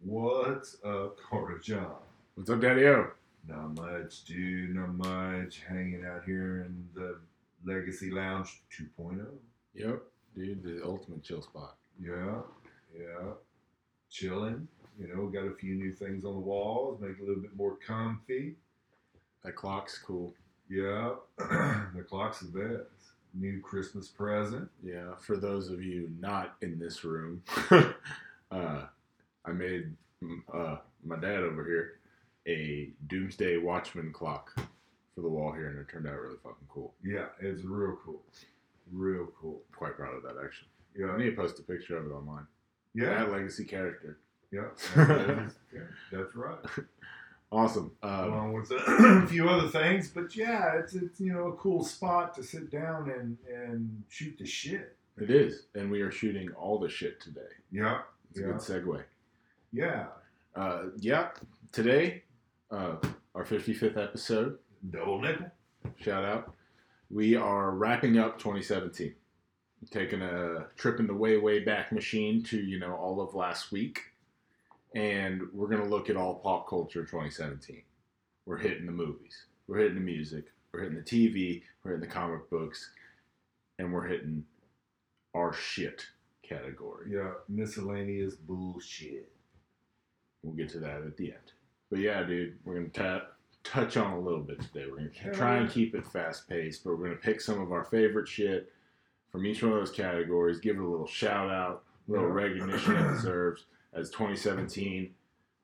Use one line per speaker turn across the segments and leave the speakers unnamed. What's up, Carter John?
What's up, Daddy O?
Not much, dude. Not much. Hanging out here in the Legacy Lounge oh. 2.0.
Yep, dude, the ultimate chill spot.
Yeah, yeah. Chilling. You know, got a few new things on the walls. Make it a little bit more comfy.
That clock's cool.
Yeah, the clock's the best. New Christmas present.
Yeah, for those of you not in this room, uh, I made mm, uh, my dad over here a Doomsday Watchman clock for the wall here, and it turned out really fucking cool.
Yeah, it's real cool. Real cool.
Quite proud of that, actually. I
Yeah,
need to post a picture of it online.
yeah,
That legacy character.
yeah. That's, yeah, that's right.
Awesome. Uh,
along with a few other things. But yeah, it's it's you know a cool spot to sit down and and shoot the shit.
it is, and we are shooting all the shit today.
Yeah,
It's a good segue.
yeah.
Uh, yeah, today, uh, our 55th episode.
Double nickel.
shout out. We are wrapping up 2017, taking a trip in the way way back machine to you know all of last week, and we're gonna look at all pop culture in 2017. We're hitting the movies, we're hitting the music, we're hitting the TV, we're hitting the comic books, and we're hitting our shit category.
Yeah, miscellaneous bullshit.
We'll get to that at the end. But yeah, dude, we're gonna ta touch on a little bit today. We're
Hell
gonna try and
yeah.
keep it fast paced, but we're gonna pick some of our favorite shit from each one of those categories. Give it a little shout out, a little
Yeah.
recognition it deserves. As 2017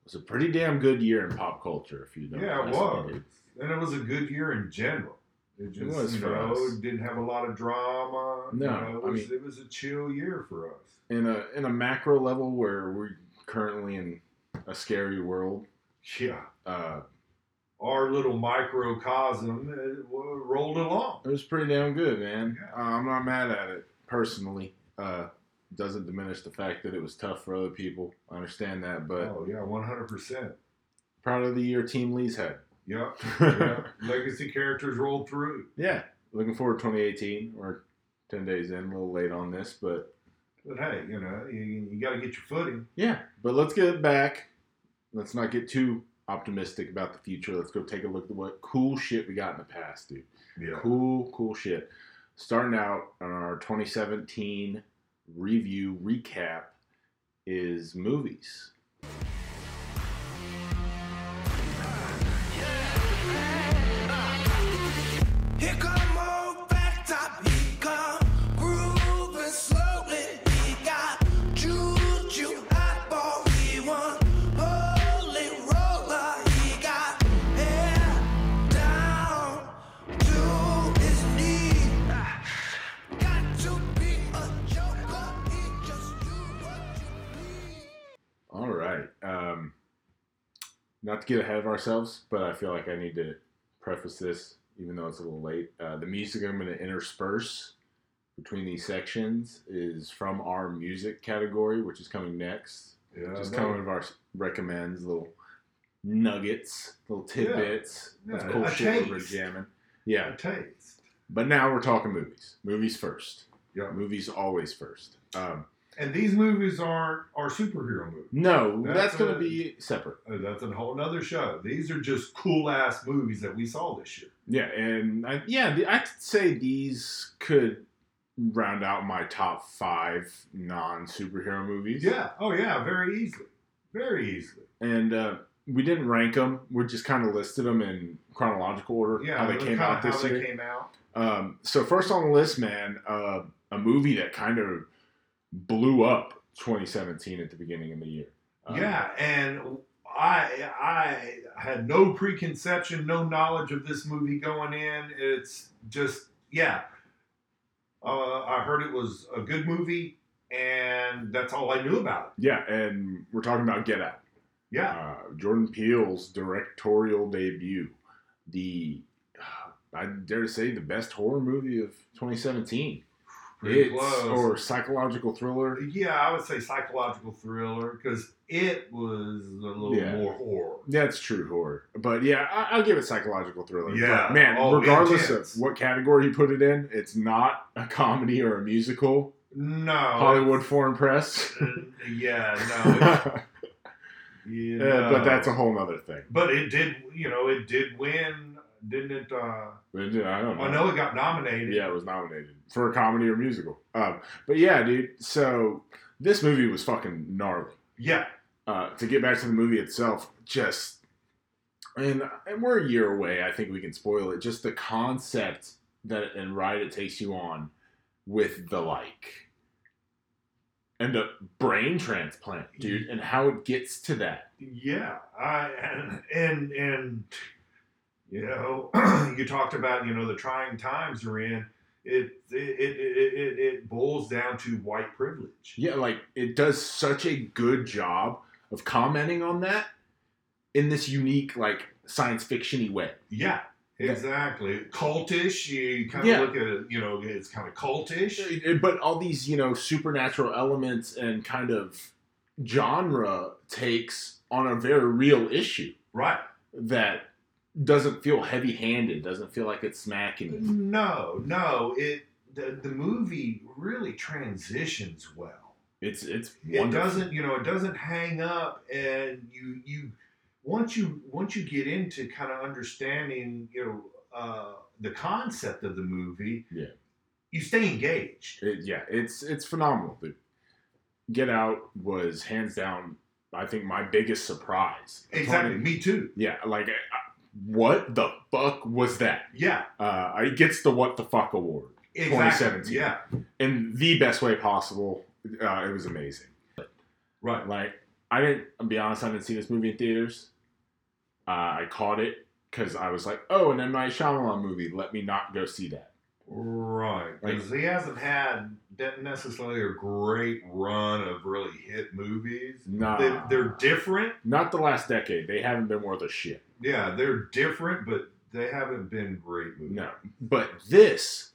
was a pretty damn good year in pop culture, if you don't.
Yeah,
ask
it
me,
was,
dude.
and it was a good year in general. It just
was
you
for
know,
us.
didn't have a lot of drama. you
No,
know, it
I
was
mean-
it was a chill year for us.
In a in a macro level, where we're currently in a scary world.
Yeah,
Uh,
our little microcosm uh, w- rolled along.
It was pretty damn good, man.
Yeah.
Uh, I'm not mad at it personally. Uh, doesn't diminish the fact that it was tough for other people. I understand that, but
oh yeah, one hundred percent.
proud of the year Team Lee's had.
Yeah. yeah. Legacy characters rolled through.
yeah, looking forward to 2018. We're 10 days in, a little late on this, but
But hey, you know, you, you got to get your footing.
Yeah, but let's get back. Let's not get too optimistic about the future. Let's go take a look at what cool shit we got in the past, dude.
Yeah.
Cool, cool shit. Starting out on our 2017 review recap is movies.
Here come old fat top, he come grooving slowly. He got juju eyeball, he one holy roller. He got hair down to his knee. Got to be a joker, he just do what you please.
All right. Um, not to get ahead of ourselves, but I feel like I need to preface this, even though it's a little late. Uh, the music I'm going to intersperse between these sections is from our music category, which is coming next.
Yeah.
Just
no,
kind of our s- recommends, little nuggets, little tidbits.
Yeah.
That's
Yeah,
cool
a
shit we're
taste.
jamming. Yeah,
a taste.
but now we're talking movies. Movies first.
Yeah.
Movies always first. Um,
And these movies aren't are superhero movies.
no,
That's
that's, going
a-
to be separate.
Uh, That's a whole nother show. These are just cool ass movies that we saw this year.
Yeah, and I, yeah, the- I'd say these could round out my top five non-superhero movies.
Yeah. Oh yeah. Very easily. Very easily.
and uh, we didn't rank them. We just kind of listed them in chronological order.
Yeah.
how they
look
came
how-
out this
how
year.
They came out.
Um, so first on the list, man, uh, a movie that kind of blew up 2017 at the beginning of the year. Um,
yeah. And I I had no preconception, no knowledge of this movie going in. It's just yeah. Uh, I heard it was a good movie, and that's all I knew about it.
Yeah, and we're talking about Get Out.
Yeah,
Uh, Jordan Peele's directorial debut, the uh, I dare to say the best horror movie of 2017.
pretty
It's-
close.
or psychological thriller.
yeah, I would say psychological thriller because it was a little
Yeah.
more horror.
That's true horror, but yeah, I, I'll give it psychological thriller.
Yeah.
but man,
Oh,
regardless
intense.
of what category you put it in, it's not a comedy or a musical.
No,
Hollywood Foreign Press.
uh, yeah,
Uh,
no, it- you know.
but that's a whole other thing.
But it did, you know, it did win, didn't it? Uh,
But, dude, I don't know.
I know it got nominated.
Yeah, it was nominated for a comedy or musical. Um, but yeah, dude. So this movie was fucking gnarly.
yeah,
Uh, to get back to the movie itself, just and and we're a year away. I think we can spoil it. Just the concept that and ride it takes you on with the like and the brain transplant, dude, and how it gets to that.
yeah. I and and, and you know, you talked about you know the trying times you're in. It it it it, it, it boils down to white privilege.
Yeah, like it does such a good job of commenting on that in this unique, like science fiction-y way.
Yeah.
Yeah.
Exactly, cultish. You kind of
Yeah.
look at it, you know, it's kind of cultish.
It- But all these, you know, supernatural elements and kind of genre takes on a very real issue
Right.
that doesn't feel heavy-handed, doesn't feel like it's smacking.
No, no. It the, the movie really transitions well.
It's it's
It
wonderful.
doesn't, you know, it doesn't hang up, and you you once you once you get into kind of understanding, you know, uh, the concept of the movie.
Yeah.
You stay engaged.
It- yeah, it's it's phenomenal. Dude. Get Out was hands down, I think, my biggest surprise.
Exactly. Me too.
Yeah, like I- I- what the fuck was that?
Yeah.
Uh, it gets the what the fuck award
Exactly.
2017.
Yeah.
in the best way possible. Uh, it was amazing.
Right.
Like I didn't, I'll be honest, I didn't see this movie in theaters. Uh, I caught it because I was like, oh, an M Night Shyamalan movie. Let me not go see that.
Right. Because he hasn't had that necessarily a great run of really hit movies.
Nah,
They, they're different.
not the last decade. They haven't been worth a shit.
Yeah, they're different, but they haven't been great movies.
No, but this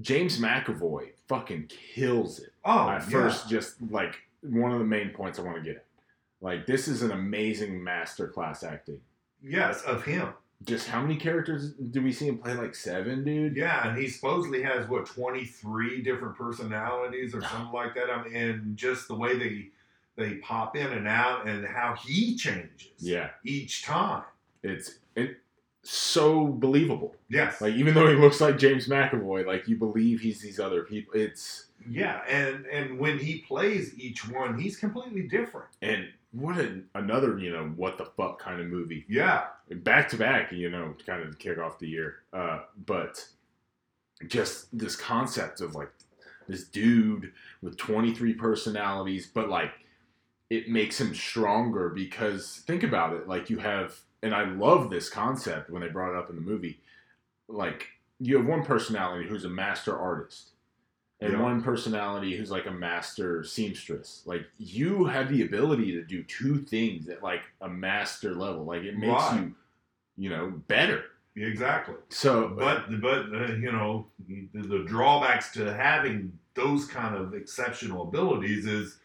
James McAvoy fucking kills it.
Oh,
I first just like one of the main points I want to get at. Like this is an amazing masterclass acting.
yeah. yes, of him.
Just how many characters do we see him play? Like seven, dude.
Yeah, and he supposedly has what twenty three different personalities or something like that. I mean, and just the way they they pop in and out, and how he changes
Yeah,
each time.
it's it, so believable.
Yes,
Like even though he looks like James McAvoy, like you believe he's these other people. It's
yeah, and and when he plays each one, he's completely different.
and what an, another you know what the fuck kind of movie.
Yeah,
back to back, you know, kind of to kick off the year. Uh, but just this concept of like this dude with 23 personalities, but like it makes him stronger because think about it. Like you have, and I love this concept when they brought it up in the movie. Like you have one personality who's a master artist. And
Yeah.
one personality who's like a master seamstress. Like you have the ability to do two things at like a master level. Like it makes
Right.
you you know, better.
exactly.
So,
But but uh, you know the, the drawbacks to having those kind of exceptional abilities is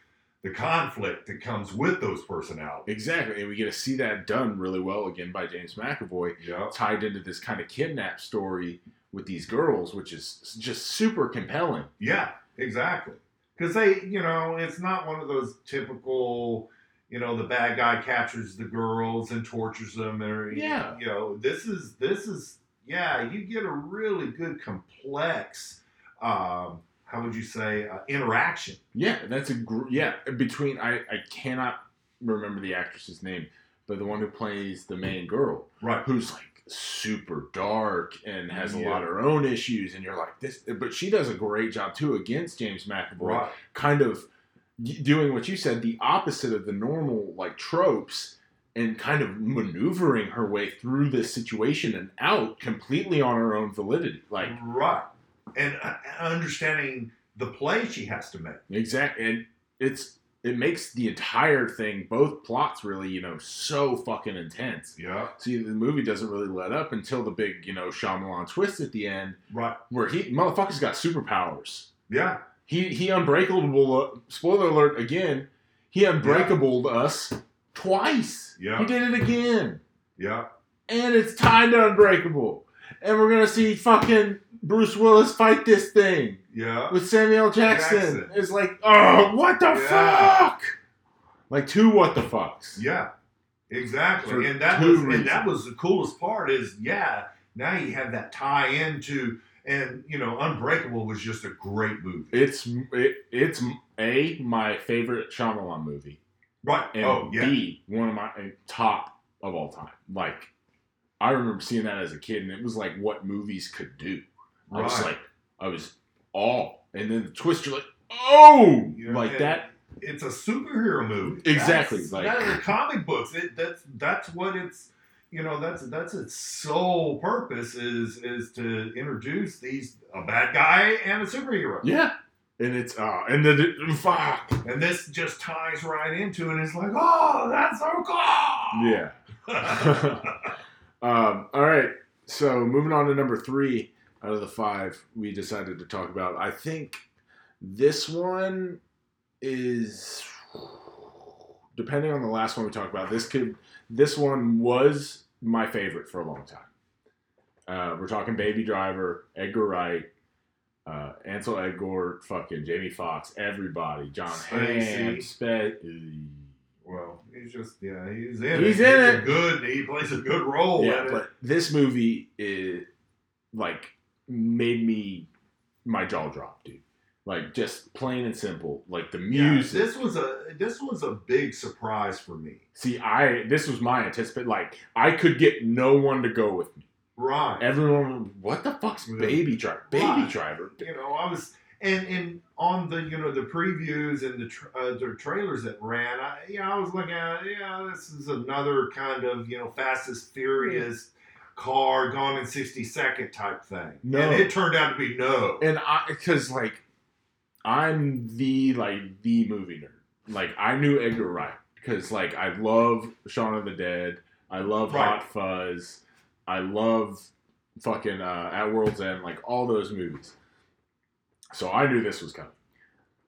the conflict that comes with those personalities.
exactly, and we get to see that done really well again by James McAvoy,
Yeah.
tied into this kind of kidnap story with these girls, which is just super compelling.
Yeah. Exactly. Because they, you know, it's not one of those typical, you know, the bad guy captures the girls and tortures them, or
Yeah.
you know, this is this is yeah, you get a really good complex, um, how would you say, uh, interaction.
Yeah, that's a gr- yeah between I I cannot remember the actress's name, but the one who plays the main girl,
Right.
who's like super dark and has a
Yeah.
lot of her own issues, and you're like this, but she does a great job too against James McAvoy.
Right.
kind of y- doing what you said the opposite of the normal like tropes and kind of maneuvering her way through this situation and out completely on her own validity like
Right. and uh, understanding the play she has to make.
Exactly, and it's it makes the entire thing, both plots, really, you know, so fucking intense.
Yeah,
See, the movie doesn't really let up until the big, you know, Shyamalan twist at the end,
right.
where he motherfucker's got superpowers.
Yeah,
He he unbreakable. uh, Spoiler alert again. He unbreakabled us twice.
Yeah.
He did it again,
yeah,
and it's tied to unbreakable. And we're gonna see fucking Bruce Willis fight this thing
yeah.
with Samuel Jackson.
Jackson.
It's like, oh, what the
Yeah.
fuck? Like two what the fucks?
Yeah, exactly.
For
and that
two
was
reasons.
and that was the coolest part is yeah. Now you have that tie into and you know Unbreakable was just a great movie.
It's it, it's a my favorite Shyamalan movie,
Right.
and
oh yeah.
b one of my uh, top of all time. Like, I remember seeing that as a kid, and it was like what movies could do. I was
Right.
like, I was all, and then the twist, you're like, oh,
You know,
like
and
that.
It's a superhero movie.
Exactly,
That's,
like-
that are comic books. It, that's that's what it's. You know that's that's its sole purpose is is to introduce these a bad guy and a superhero,
Yeah, and it's uh, and then it, fuck.
and this just ties right into it. And it's like, oh, that's so cool.
Yeah. um, all right. So moving on to number three out of the five we decided to talk about. I think this one is depending on the last one we talked about. This could this one was my favorite for a long time. Uh, we're talking Baby Driver, Edgar Wright, uh, Ansel Elgort, fucking Jamie Foxx, everybody, John Hamm, Spe-
Well, he's just yeah,
He's
he's in. it.
in
He's a
it.
good. He plays a good role.
yeah,
in it.
but this movie is like made me my jaw drop, dude. Like just plain and simple. Like the
Yeah,
music.
This was a this was a big surprise for me.
See, I this was my anticipate. Like I could get no one to go with me.
Right.
Everyone, was, what the fuck's
Yeah.
Baby Driver? Baby
Right.
Driver.
you know, I was and and on the you know the previews and the tra- uh, the trailers that ran, I you know I was looking at yeah, this is another kind of you know fastest furious car gone in sixty second type thing.
No.
and it turned out to be no.
And I, because like, I'm the like the movie nerd. Like I knew Edgar Wright because like I love Shaun of the Dead. I love
Right.
Hot Fuzz. I love fucking uh, At World's End. Like all those movies. So I knew this was coming,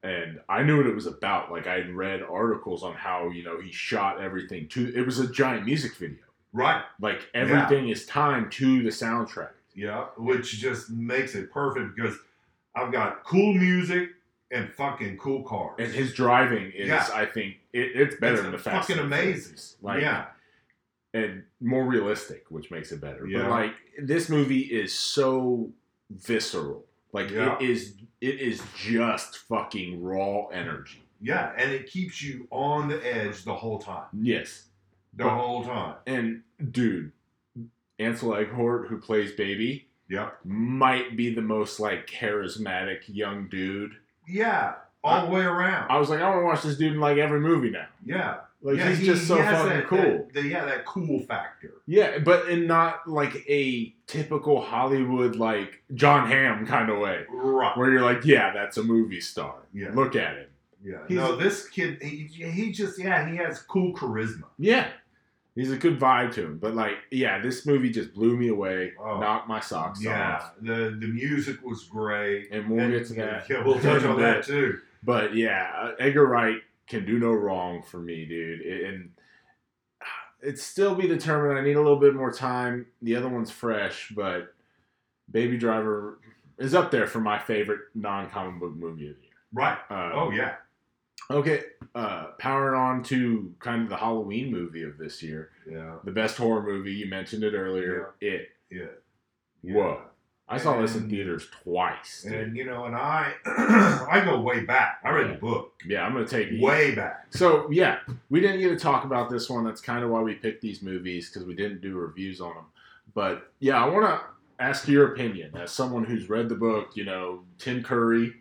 and I knew what it was about. Like I had read articles on how you know he shot everything to. It was a giant music video.
right.
Like
Yeah.
everything is timed to the soundtrack.
Yeah, which just makes it perfect because I've got cool music and fucking cool cars.
And his driving is,
Yeah.
I think, it, it's better
It's
than the Fast
fucking
and the
amazing.
Furious. Like,
yeah,
and more realistic, which makes it better.
Yeah.
But like this movie is so visceral. Like
Yeah.
it is, it is just fucking raw energy.
yeah, and it keeps you on the edge the whole time.
Yes,
The
But-
whole time.
and dude, Ansel Elgort, who plays Baby,
Yeah.
might be the most like charismatic young dude.
Yeah, all the way around.
I was like, I want to watch this dude in like every movie now.
yeah,
Like
yeah,
he's
he-
just so
he has
fucking
that-
cool.
that- the- yeah, that cool factor.
Yeah, but in not like a typical Hollywood like John Hamm kind of way,
Right.
where you're like, yeah, that's a movie star.
Yeah.
Look at him.
Yeah.
He's-
no, this kid, he, he just yeah, he has cool charisma.
Yeah, he's a good vibe to him. But like, yeah, this movie just blew me away,
Oh.
knocked my socks
yeah,
off,
the the music was great.
and we'll
And-
get to that.
Yeah, we'll
in
touch
a
on that
bit.
too.
But yeah, uh, Edgar Wright can do no wrong for me, dude. It- and uh, it's still be determined. I need a little bit more time. The other one's fresh, but Baby Driver is up there for my favorite non-comic book movie of the year.
Right.
Uh,
Oh yeah.
Okay, uh, powering on to kind of the Halloween movie of this year,
Yeah.
the best horror movie. You mentioned it earlier. It.
Yeah.
Whoa. I saw this in
And-
theaters twice. dude.
And you know, and I I go way back. I read the book
yeah, I'm gonna take it.
way back.
So yeah, we didn't get to talk about this one. That's kind of why we picked these movies because we didn't do reviews on them. But yeah, I want to ask your opinion as someone who's read the book. You know, Tim Curry.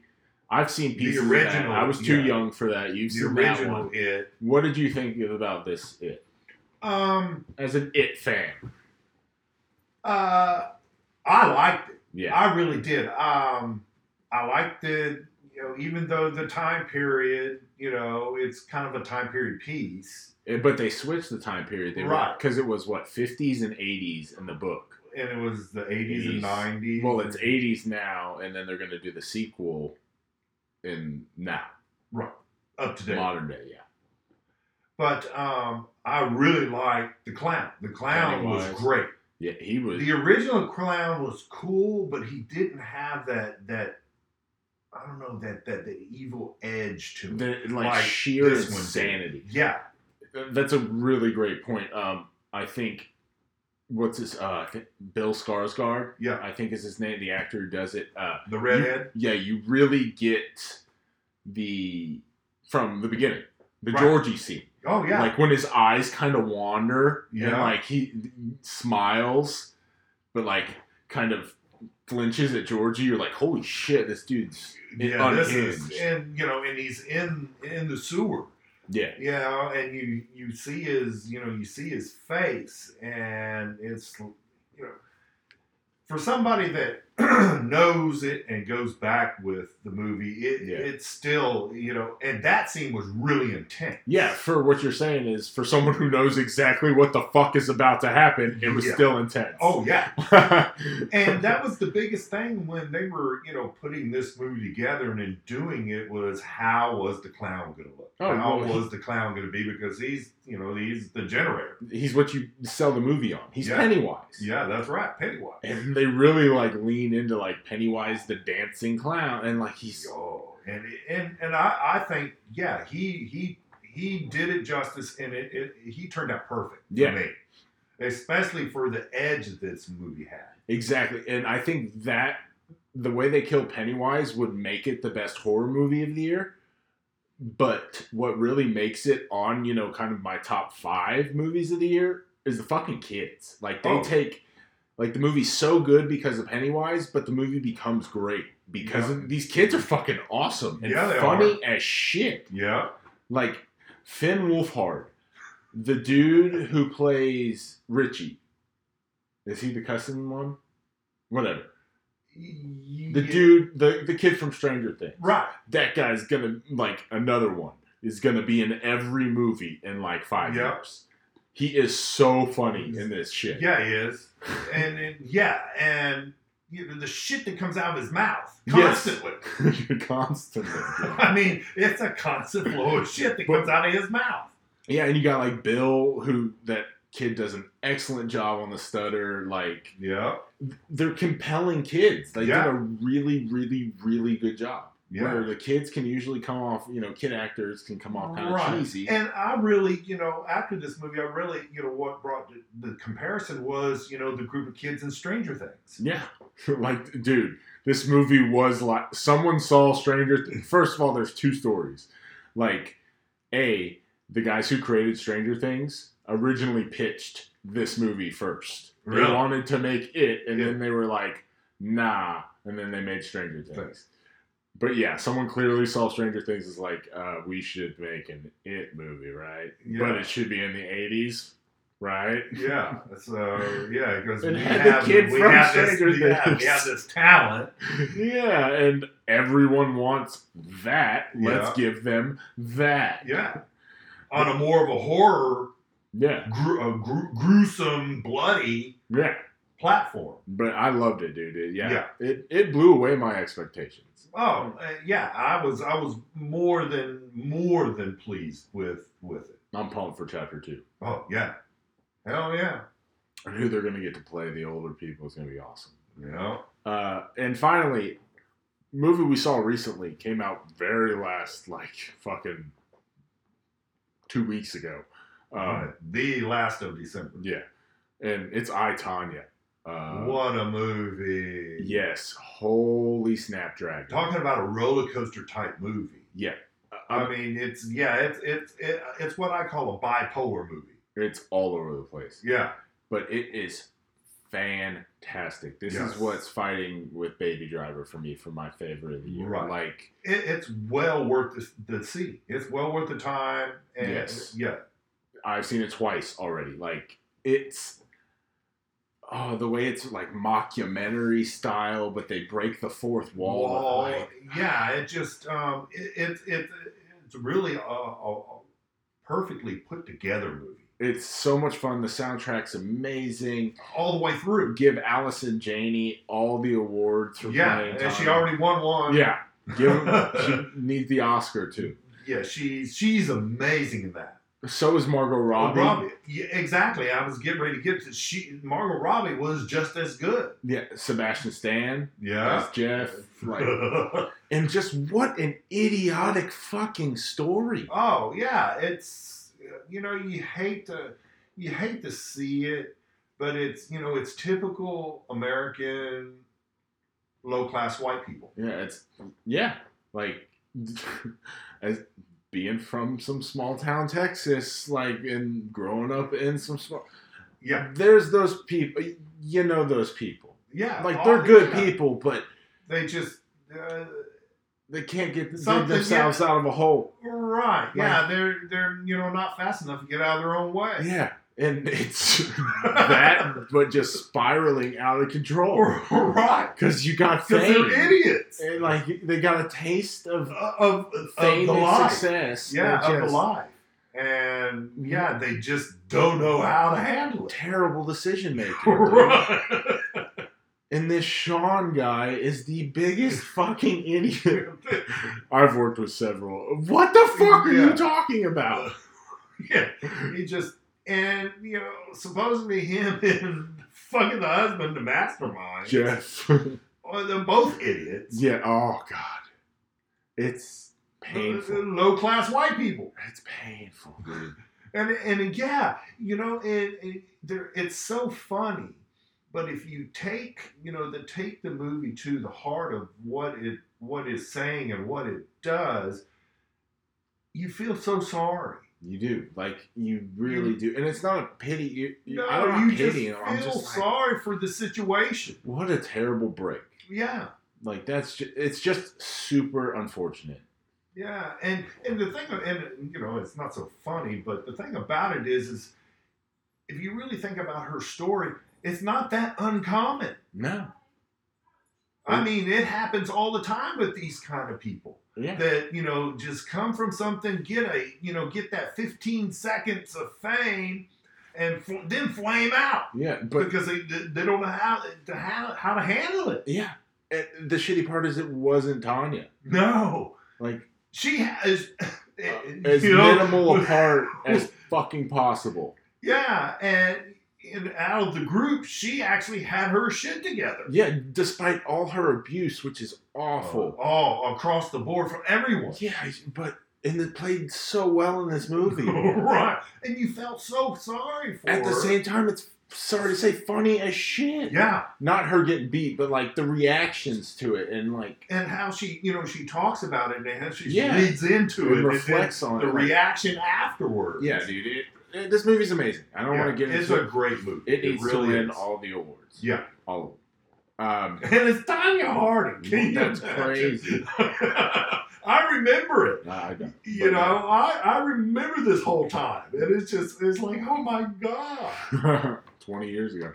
I've seen pieces. of that.
original,
I was too
yeah.
young for that. You've
The
seen that
original
one.
it.
What did you think about this? It
Um
as an It fan.
uh I liked it.
Yeah.
I really did. Um, I liked it, you know, even though the time period, you know, it's kind of a time period piece,
Eh, But they switched the time period. They
Right.
Because it was what, 50s and 80s in the book.
and it was the 80s and
Eighties.
90s.
Well, it's 80s now, and then they're going to do the sequel in now,
right, up to date.
modern day, yeah.
But um, I really liked the clown. The clown was
Pennywise.
great.
Yeah, he was.
The original clown was cool, but he didn't have that that I don't know that that the evil edge to it.
the, like,
like
sheer
this one did.
insanity.
Yeah,
Th- That's a really great point. Um, I think what's his uh I think Bill Skarsgård,
yeah.
I think is his name, the actor who does it. Uh,
The redhead.
yeah, you really get the from the beginning, the
Right.
Georgie scene,
Oh yeah.
like when his eyes kind of wander and
Yeah.
like he smiles, but like kind of flinches at Georgie. You're like, holy shit, this dude's
yeah, this
unhinged.
is and you know, and he's in in the sewer.
yeah,
You know, and you you see his you know, you see his face and it's you know for somebody that knows it and goes back with the movie, it,
Yeah.
it's still, you know, and that scene was really intense.
yeah. For what you're saying is for someone who knows exactly what the fuck is about to happen, it was
Yeah.
still intense.
Oh yeah.
and
and that was the biggest thing when they were, you know, putting this movie together and in doing it was how was the clown going to look?
Oh,
how
well, he-
was the clown going to be? Because he's, you know, he's the generator.
he's what you sell the movie on. He's
Yeah.
Pennywise.
Yeah, that's right, Pennywise.
and they really like lean into like Pennywise the dancing clown, and like he's
Oh, and and and I, I think yeah, he he he did it justice, and it, it he turned out perfect
Yeah.
for me, especially for the edge that this movie had.
exactly, and I think that the way they kill Pennywise would make it the best horror movie of the year. But what really makes it on you know kind of my top five movies of the year is the fucking kids. Like they
Oh.
take like the movie's so good because of Pennywise, but the movie becomes great because
Yeah.
of- these kids are fucking awesome and
Yeah, they
funny as shit.
Yeah,
like Finn Wolfhard, the dude who plays Richie. Is he the cussing one? Whatever. The dude, the, the kid from Stranger Things.
right?
That guy's gonna like another one is gonna be in every movie in like five
Yeah.
years. He is so funny in this shit.
Yeah, he is. And, and yeah, and you know, the shit that comes out of his mouth
Yes.
constantly.
constantly. Yeah.
I mean, it's a constant flow of shit that
But-
comes out of his mouth.
yeah, and you got like Bill, who that kid does an excellent job on the stutter. Like
Yeah,
they're compelling kids. They
Yeah.
did a really, really, really good job.
yeah.
Where the kids can usually come off, you know, kid actors can come off kind
Right.
of cheesy.
And I really, you know, after this movie, I really, you know, what brought the, the comparison was, you know, the group of kids in Stranger Things.
yeah, like dude, this movie was like someone saw Stranger. Th- First of all, there's two stories. Like, a the guys who created Stranger Things originally pitched this movie first.
Really?
They wanted to make it, and
Yeah.
then they were like, nah, and then they made Stranger Things. But yeah, someone clearly saw Stranger Things as like, uh, we should make an it movie, right?
Yeah.
But it should be in the 80s, right?
Yeah, so yeah, because
And
we
had the
have,
kid
we
from
have this,
Stranger
we have, we
Things.
have this talent,
yeah, and everyone wants that. Let's
Yeah.
give them that.
yeah, on a more of a horror
Yeah,
gru- a gru- gruesome, bloody
yeah.
platform.
But I loved it, dude. It, yeah,
Yeah.
It, it blew away my expectations.
Oh uh, yeah, I was I was more than more than pleased with with it.
I'm pumped for chapter two.
Oh yeah, hell yeah,
And who they're going to get to play, the older people, is going to be awesome.
yeah,
Uh, and finally, movie we saw recently came out very last, like fucking two weeks ago. Uh,
Alright, the last of December.
Yeah, and it's I Tanya. Uh,
what a movie!
Yes, holy snapdragon.
Talking about a roller coaster type movie.
yeah,
I
Um,
mean, it's yeah, it's it's it, it's what I call a bipolar movie.
it's all over the place,
Yeah,
but it is fantastic. This
Yes.
is what's fighting with Baby Driver for me for my favorite of the year.
Right.
Like
it, it's well worth the, the see. It's well worth the time. And
Yes.
yeah,
I've seen it twice already. Like it's oh, the way it's like mockumentary style, but they break the fourth wall.
Wall.
like,
yeah, it just um, it, it, it it's really a, a, a perfectly put together movie
it's so much fun. The soundtrack's amazing.
all the way through.
Give Allison Janney all the awards for
Yeah,
playing
and she
Tommy.
already won one.
Yeah, give she needs the Oscar too.
yeah, she she's amazing in that.
So is Margot Robbie.
Robbie, yeah, exactly. I was getting ready to get to she. Margot Robbie was just as good.
Yeah, Sebastian Stan
Yeah.
as Jeff. Like, and just what an idiotic fucking story.
oh yeah, it's you know you hate to you hate to see it, but it's you know it's typical American low class white people.
Yeah, it's yeah, like as being from some small town Texas, like and growing up in some small.
Yeah,
There's those people. You know those people.
yeah.
Like
all-
they're good
yeah.
people, but
They just. Uh,
they can't get dig
Something,
themselves out of a hole.
Right. Yeah, they're they're you know not fast enough to get out of their own way.
Yeah, and it's that, but just spiraling out of control
right.
because you got
Because
fame.
they're idiots Uh,
And, like they got a taste of
of, of
fame
the
and
life.
success. They're
Yeah, of the
just Mhm.
life. And yeah, they just don't know how to handle it.
Terrible decision making.
Right.
And this Sean guy is the biggest fucking idiot. I've worked with several. What the fuck are
Yeah.
you talking about?
yeah. He just and you know supposedly him and fucking the husband, the mastermind.
Jeff.
Well, they're both idiots.
yeah. Oh God. It's painful.
Low class white people.
It's painful, dude.
And and yeah, you know, it, it there it's so funny. But if you take, you know, the take the movie to the heart of what it what it's saying and what it does, you feel so sorry.
You do. Like you really do. And it's not a pity. You, you,
No,
I'm not
you just
pitying.
feel
I'm just like,
sorry for the situation.
what a terrible break.
Yeah,
Like that's just, it's just super unfortunate.
yeah. And and the thing, and you know, it's not so funny, but the thing about it is, is if you really think about her story, it's not that uncommon.
No. Mm.
I mean, it happens all the time with these kind of people
Yeah.
that you know just come from something, get a you know get that 15 seconds of fame, and fl- then flame out
Yeah. But
because they they don't know how to how, how to handle it.
Yeah. And the shitty part is it wasn't Tanya.
No,
Like
she has
as
you know,
minimal a part as fucking possible.
Yeah, and. And out of the group, she actually had her shit together.
Yeah, despite all her abuse, which is awful.
All Oh, across the board from everyone.
Yeah, but and it played so well in this movie.
right. And you felt so sorry for
At the
her.
same time, it's sorry to say funny as shit.
Yeah.
Not her getting beat, but like the reactions to it and like
and how she, you know, she talks about it and how she
Yeah.
leads into
It
it, and then
reflects on
the
it, like-
reaction afterwards.
yeah, dude. It, it- this movie's amazing. I don't
Yeah,
want to get
it's
into
a great movie.
it. It needs
really
to win
is.
all the awards.
Yeah,
all of them. Um,
and it's Tanya Harding. Can you
That's
imagine?
crazy.
I remember it.
I don't-
You know, I, I remember this whole time, and it's just it's like, oh my god.
20 years ago.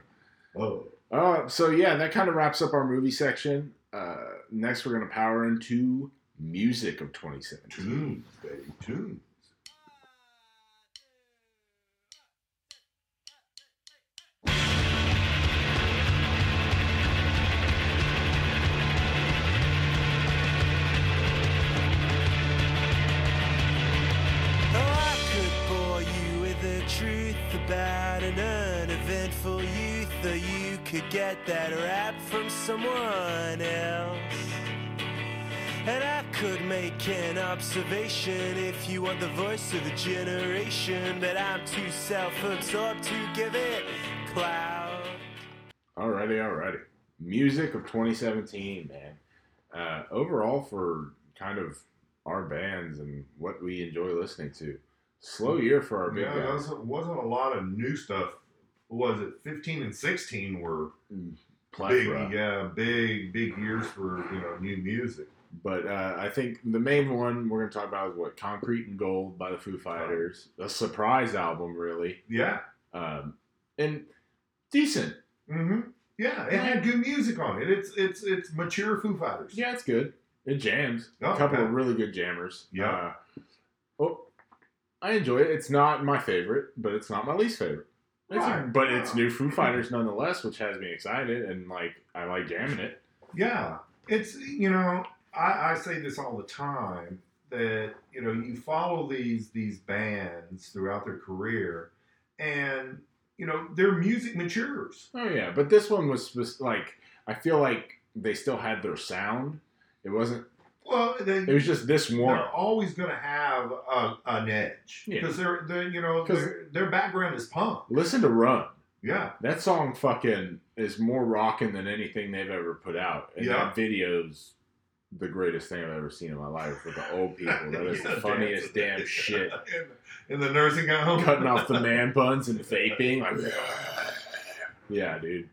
Oh,
Uh, so, yeah, that kind of wraps up our movie section. Uh, next, we're going to power into music of 2017.
tunes, baby, tunes.
No, Oh, I could bore you with the truth about an uneventful youth, though you could get that rap from someone else. And I could make an observation if you want the voice of a generation, but I'm too self absorbed to give it clout.
Alrighty, alrighty. Music of 2017, man. Uh, overall, for kind of our bands and what we enjoy listening to, slow year for our big
Yeah, there
guys.
wasn't, wasn't a lot of new stuff. Was it fifteen and sixteen were big,
Plethora.
yeah, big, big years for you know new music.
But uh, I think the main one we're going to talk about is what Concrete and Gold by the Foo Fighters, a surprise album, really,
Yeah,
um, and decent.
hmm Yeah, it had good music on it. It's it's it's mature Foo Fighters.
Yeah, it's good. It jams.
Oh,
a couple
okay.
of really good jammers.
Yeah.
Uh, oh, I enjoy it. It's not my favorite, but it's not my least favorite. It's a-
Right.
but it's new Foo Fighters nonetheless, which has me excited and like I like jamming it.
Yeah, it's you know I, I say this all the time that you know you follow these these bands throughout their career, and you know their music matures.
Oh yeah, but this one was spec- like I feel like they still had their sound. It wasn't.
Well, they,
It was just this one.
they're always going to have a, an edge
Yeah.
because they're, they're you know
'Cause-
their their background is punk.
Listen to Run.
Yeah,
That song fucking is more rocking than anything they've ever put out. And
Yeah.
that video's the greatest thing I've ever seen in my life with the old people. That is
Yeah,
the funniest
dance.
damn shit.
in, in the nursing home.
Cutting off the man buns and vaping. Like, yeah, dude.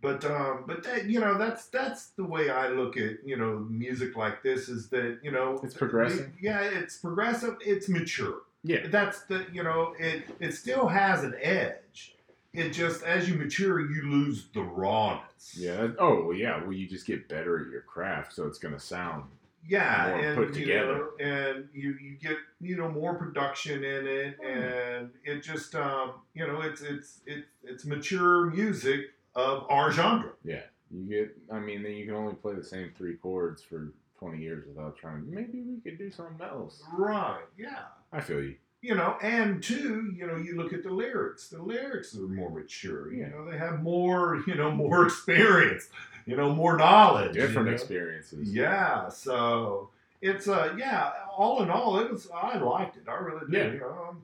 But um, but that you know that's that's the way I look at you know music like this is that you know
It's progressing.
Yeah, it's progressive. It's mature.
Yeah.
That's the you know it it still has an edge. It just as you mature, you lose the rawness.
Yeah. that- Oh, well, yeah. Well, you just get better at your craft, so it's going to sound.
Yeah,
More
and
put
you
together.
know, and you you get you know more production in it, and it just um you know it's it's it's it's mature music of our genre.
You get, I mean, then you can only play the same three chords for 20 years without trying. Maybe we could do something else.
Right. Yeah.
I feel you.
you know, and two, you know, you look at the lyrics. The lyrics are more mature. You
Yeah.
know, they have more, you know, more experience. You know, more knowledge. you
Different
know?
experiences.
Yeah. So it's uh, yeah. All in all, it was. I liked it. I really did.
Yeah.
You know, I'm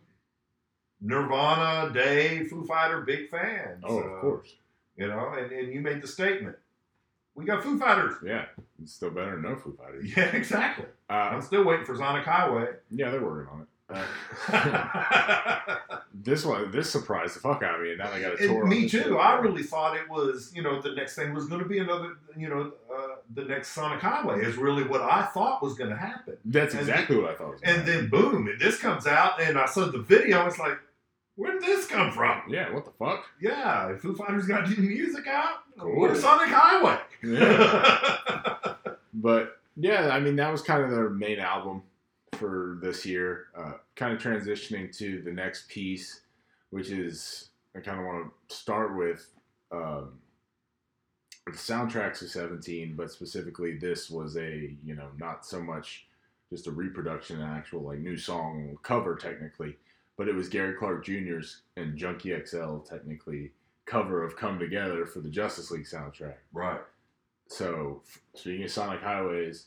Nirvana, Dave, Foo Fighter, big fan.
Oh,
So,
of course.
You know, and, and you made the statement. We got Foo Fighters.
Yeah, it's still better than no Foo Fighters.
Yeah, exactly.
Uh,
I'm still waiting for Sonic Highway.
yeah, they're working on it. Uh, this one, this surprised the fuck out of me, and now they got a
And
tour. on
me
this
too.
shit.
I really thought it was, you know, the next thing was going to be another, you know, uh, the next Sonic Highway is really what I thought was going to happen.
That's
and
exactly what I thought. Was gonna
And then boom, this comes out, and I saw the video. It's like, where did this come
happen.
from?
yeah, what the fuck?
Yeah, if Foo Fighters got new music out.
Cool.
What is Sonic Highway?
Yeah. but yeah, I mean that was kind of their main album for this year. Uh, kind of transitioning to the next piece, which is I kind of want to start with um, the soundtracks of Seventeen, but specifically this was a you know not so much just a reproduction, an actual like new song cover technically, but it was Gary Clark Jr.'s and Junkie XL technically cover of Come Together for the Justice League soundtrack
right.
so f- speaking of Sonic Highways,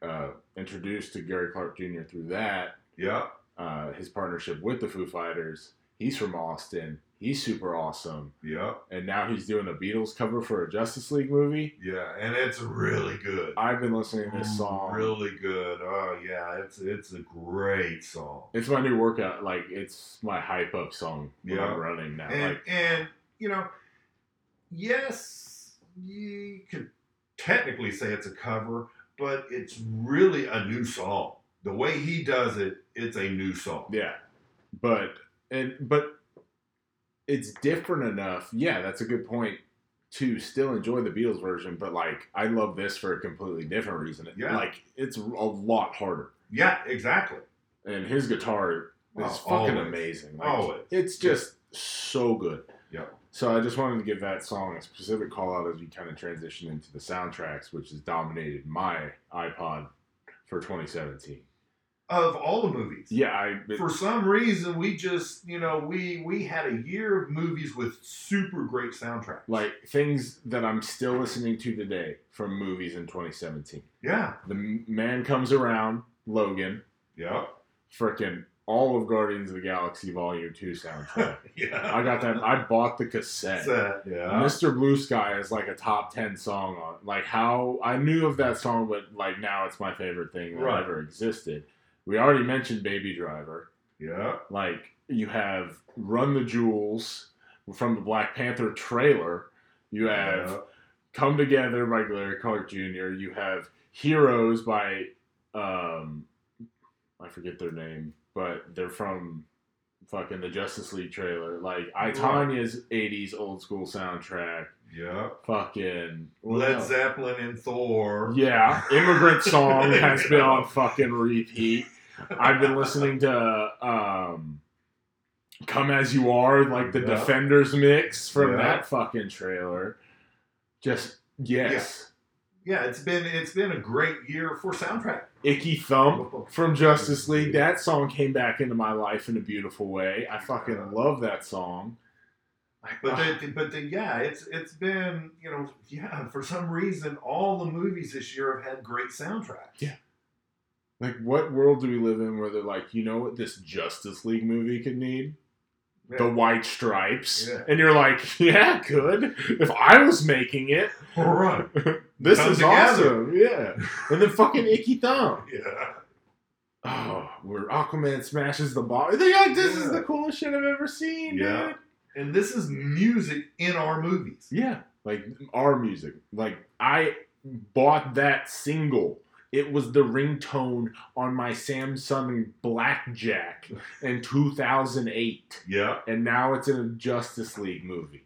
uh, introduced to Gary Clark Jr. through that,
Yeah.
uh, his partnership with the Foo Fighters. He's from Austin. He's super awesome,
Yeah.
and now he's doing a Beatles cover for a Justice League movie.
Yeah. And it's really good.
I've been listening to this song.
Really good. Oh yeah, it's it's a great song.
It's my new workout. Like it's my hype up song when
Yeah.
I'm running now.
and,
like
and you know, yes, you could technically say it's a cover, but it's really a new song. The way he does it, it's a new song.
yeah, but and but it's different enough. Yeah, that's a good point. To still enjoy the Beatles version, but like I love this for a completely different reason.
Yeah.
Like it's a lot harder,
Yeah, exactly.
and his guitar is
Oh,
fucking
always.
amazing.
Always.
it's just so good.
Yeah.
So I just wanted to give that song a specific call out as we kind of transition into the soundtracks, which has dominated my iPod for 2017.
Of all the movies.
Yeah, I it-
For some reason, we just you know we we had a year of movies with super great soundtracks.
like things that I'm still listening to today from movies in 2017.
yeah,
The M- Man Comes Around, Logan,
yeah,
frickin' all of Guardians of the Galaxy Volume 2 soundtrack.
yeah.
I got that. I bought the cassette.
Set, yeah.
Mr. Blue Sky is like a top 10 song on. Like, how I knew of that song, but like now it's my favorite thing that
Right.
ever existed. We already mentioned Baby Driver.
yeah,
Like you have Run the Jewels from the Black Panther trailer. You have
Yeah.
Come Together by Gary Clark Jr. You have Heroes by um I forget their name, but they're from fucking the Justice League trailer. Like I
Right.
Tanya's '80s old school soundtrack.
Yeah.
Fucking
Led
Yeah.
Zeppelin and Thor.
Yeah, immigrant song has been on fucking repeat. I've been listening to um, "Come as You Are," like the
Yeah.
Defenders mix from
Yeah.
that fucking trailer. Just yes,
Yeah, it's been it's been a great year for soundtrack.
Icky Thump
Um,
from Justice League. That song came back into my life in a beautiful way. I fucking love that song.
But the, but the, yeah, it's it's been you know yeah for some reason all the movies this year have had great soundtracks.
Yeah. Like, what world do we live in where they're like, you know what this Justice League movie could need?
Yeah.
The White Stripes.
Yeah.
And you're like, yeah, good. If I was making it,
All right.
this
Come
is
together.
awesome. Yeah. And then fucking Icky Thumb.
Yeah.
Oh, where Aquaman smashes the ball. They're like, this is
Yeah.
the coolest shit I've ever seen,
Yeah.
dude.
And this is music in our movies.
Yeah. Like, our music. Like, I bought that single. It was the ringtone on my Samsung Blackjack in 2008.
Yeah.
and now it's in a Justice League movie.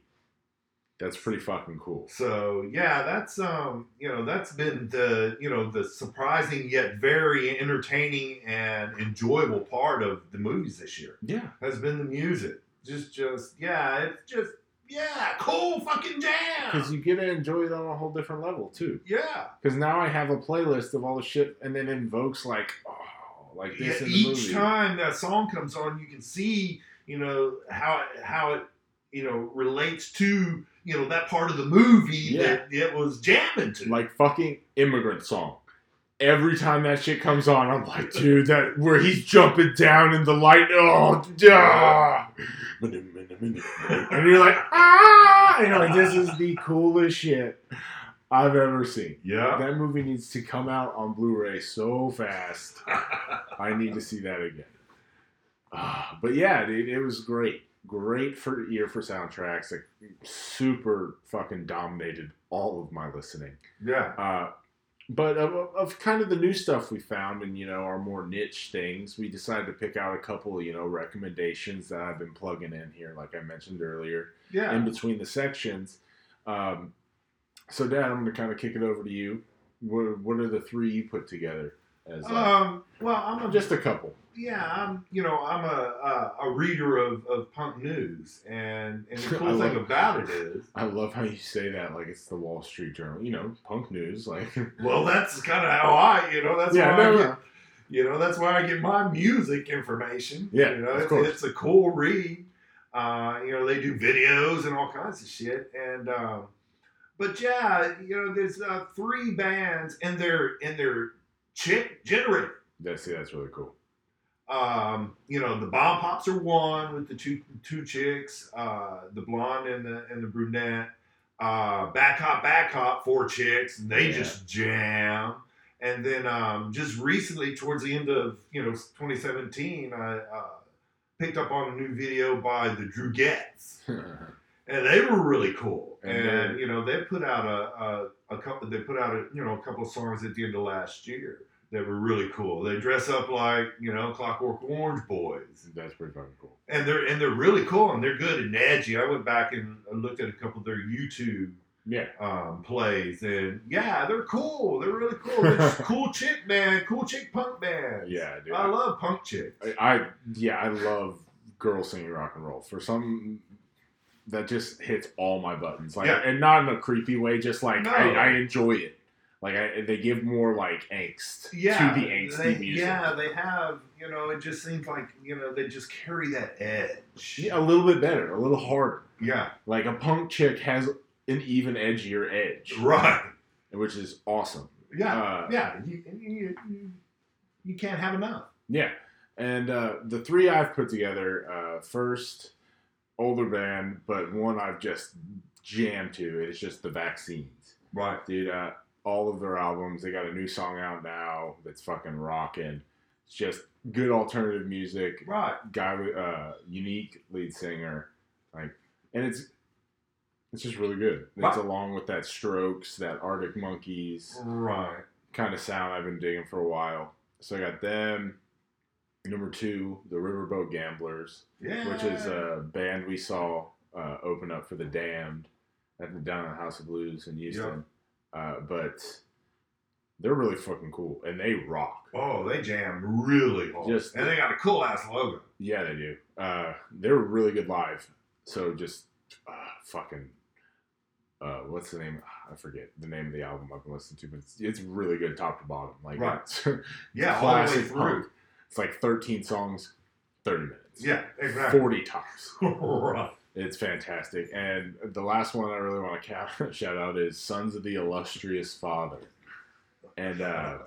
That's pretty fucking cool.
So yeah, that's um you know that's been the you know the surprising yet very entertaining and enjoyable part of the movies this year
Yeah,
has been the music. Just just yeah, it's just yeah, cool fucking
because
jam.
you get to enjoy it on a whole different level too.
Yeah.
Because now I have a playlist of all the shit, and then invokes like, oh, like this
Yeah,
in the
each
movie.
time that song comes on, you can see, you know, how it- how it, you know, relates to, you know, that part of the movie that it was jamming to.
Like fucking immigrant song. Every time that shit comes on, I'm like, dude, that where he's jumping down in the light, oh, duh. and you're like, ah, and you're like, this is the coolest shit I've ever seen.
yeah.
That movie needs to come out on Blu-ray so fast. I need to see that again. Ah, but yeah, dude, it was great. Great for year for soundtracks. Like super fucking dominated all of my listening.
Yeah.
Uh, but of, of- of kind of the new stuff we found and you know our more niche things, we decided to pick out a couple you know recommendations that I've been plugging in here, like I mentioned earlier
Yeah.
in between the sections. Um, so, Dad, I'm going to kind of kick it over to you. What, what are the three you put together? As uh,
Um, well, I'm a, just
just a couple.
yeah, I'm you know I'm a a, a reader of, of punk news, and and the
I
cool
love-
thing about it is,
I love how you say that, like it's the Wall Street Journal. You know, punk news. Like,
well, that's kind of how I, you know, that's
yeah,
why I
no,
get-
no.
You know, that's where I get my music information.
Yeah,
you know,
of
it's,
course.
it's a cool read. Uh, you know, they do videos and all kinds of shit. And um, but yeah, you know, there's uh, three bands and they're and they're chick generated.
That's see, that's really cool.
Um, you know, the bomb pops are one with the two two chicks, uh, the blonde and the and the brunette. Uh, back hop, back hop, four chicks, and they
Yeah.
just jam. And then um, just recently, towards the end of you know 2017, I uh, picked up on a new video by the Drugettes, and they were really cool.
And
And,
they're-
you know, they put out a, a a couple. They put out a you know a couple songs at the end of last year that were really cool. They dress up like you know Clockwork Orange boys,
that's pretty fucking cool.
and they're and they're really cool and they're good and edgy. I went back and looked at a couple of their YouTube
Yeah,
um, plays, and yeah, they're cool. They're really cool. They're just cool chick band, cool chick punk band.
yeah, dude.
I love punk chicks.
I, I yeah, I love girls singing rock and roll. For some, that just hits all my buttons. Like,
Yeah.
and not in a creepy way. Just like
No.
I, I enjoy it. Like I, they give more like angst
Yeah,
to the angsty
they,
music.
yeah, they have. You know, it just seems like you know they just carry that edge.
Yeah, a little bit better, a little harder.
yeah,
Like a punk chick has an even edgier edge,
right.
which is awesome.
Yeah,
Uh,
yeah. You, you, you, you can't have enough.
Yeah. And uh, the three I've put together uh, first, older band, but one I've just jammed to is just the vaccines.
Right.
Dude, uh, all of their albums, they got a new song out now that's fucking rocking. It's just good alternative music.
Right.
guy with uh unique lead singer like and it's it's just really good it's
Right.
along with that strokes that arctic monkeys
Right.
kind of sound i've been digging for a while so i got them Number two, the Riverboat Gamblers,
Yeah.
which is uh, a band we saw uh, open up for the Damned at the Down in the House of Blues in Houston. Uh, but they're really fucking cool, and they rock.
Oh, they jam really hard.
Just-
and they got a cool ass logo.
Yeah, they do. Uh, they're really good live. So just uh, fucking. Uh, what's the name? I forget the name of the album I've been listening to, but it's, it's really good top to bottom. Like
Right.
it's
Yeah, all the way
classic
through.
punk. It's like 13 songs, 30 minutes.
Yeah, exactly.
40 tops.
right.
It's fantastic. And the last one I really want to ca- shout out is Sons of the Illustrious Father. And uh,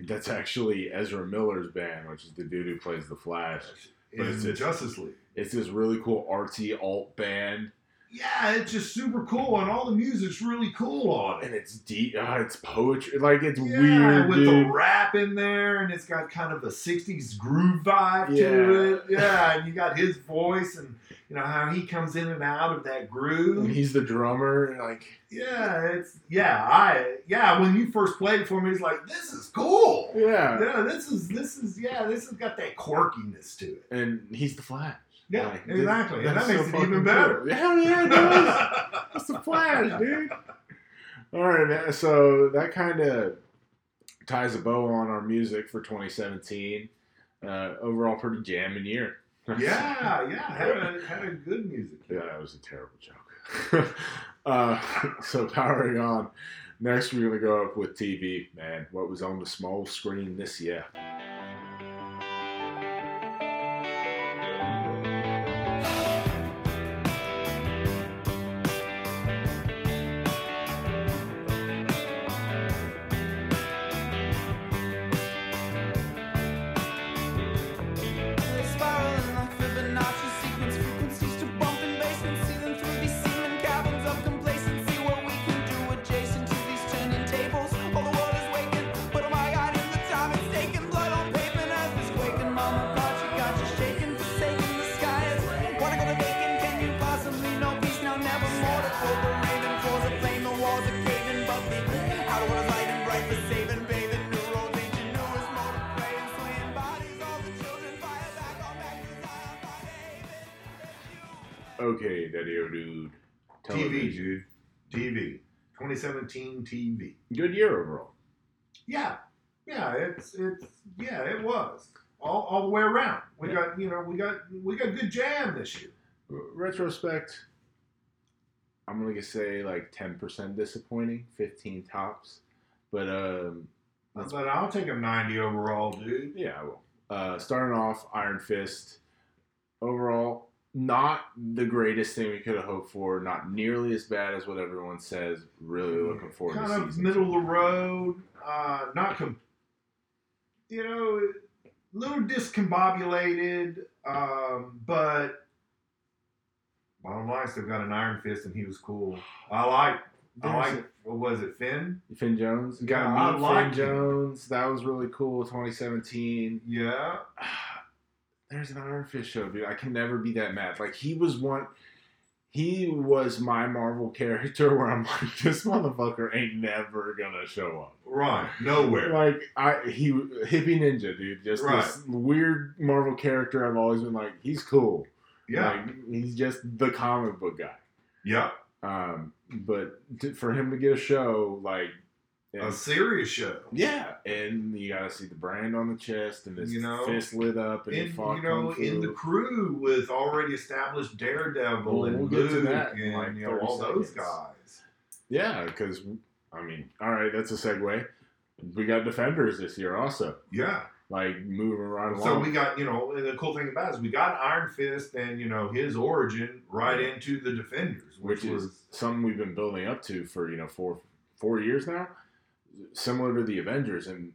that's actually Ezra Miller's band, which is the dude who plays The Flash. But
In
it's- it's-
Justice League.
It's this really cool artsy alt band,
Yeah, it's just super cool, and all the music's really cool on it.
and it's deep. ah, it's poetry. Like, it's
Yeah,
weird,
with
dude.
the rap in there, and it's got kind of a '60s groove vibe
Yeah.
to it. Yeah, and you got his voice, and you know how he comes in and out of that
and
groove.
he's the drummer. Like,
Yeah, it's yeah, I yeah. When you first played it for me, it's like this is cool.
yeah.
Yeah, this is this is yeah, this has got that quirkiness to it.
And he's the Flash.
Yeah,
Like, this-
exactly. And that
that's
makes
so
it even
fucking
better.
cool. Hell yeah, it does. It's the Flash, dude. All right, man. So that kind of ties a bow on our music for 2017. Uh, overall, pretty jamming year.
yeah, yeah, had a had a good music.
Yeah, that was a terrible joke. uh, so powering on. Next, we're gonna go up with TV, man. What was on the small screen this year?
Saving, bathing, new roads, ancient new is motor praying, slaying bodies, all the children, fire back on back to Zion, my
Okay, Daddy O dude.
TV, dude. TV. 2017 TV.
Good year overall.
Yeah. Yeah, it's it's yeah, it was. All, all the way around. We
Yeah.
got you know, we got we got good jam this year.
retrospect, I'm gonna say like 10% disappointing, 15 tops. But um, That's-
But I'll take a 90 overall, dude.
yeah, I will. Uh, starting off, Iron Fist. Overall, not the greatest thing we could have hoped for. Not nearly as bad as what everyone says. Really looking forward
Hmm. Kind
to
of
season
middle
two.
of the road. Uh not com- you know, little discombobulated, um, but bottom line still got an iron fist and he was cool. I like I
There's
like what was it, Finn?
a- Finn Jones.
Yeah,
Gotta
I
meet
like him.
Finn Jones. That was really cool. 2017.
Yeah.
there's an Iron Fist show, dude. I can never be that mad. Like he was one, he was my Marvel character where I'm like, this motherfucker ain't never gonna show up.
Right. Nowhere.
Like I, he hippie ninja, dude. Just this weird Marvel character. I've always been like, he's cool.
Yeah.
like, he's just the comic book guy.
yeah.
Um, but to, for him to get a show, like,
A
and-
serious show.
yeah, and you gotta see the brand on the chest and his
You know,
fist lit up, and he
In,
fought
you know,
Kung
in
Fu.
the crew with already established Daredevil
Well,
and
we'll get
Luke
to that in
and
like
you know, all
30
those
seconds.
guys.
Yeah, because I mean, all right, that's a segue. We got defenders this year, also.
Yeah.
Like moving right along.
So we got, you know, and the cool thing about it is we got Iron Fist and, you know, his origin right
Yeah.
into the Defenders, which,
which is something we've been building up to for you know four four years now, similar to the Avengers, and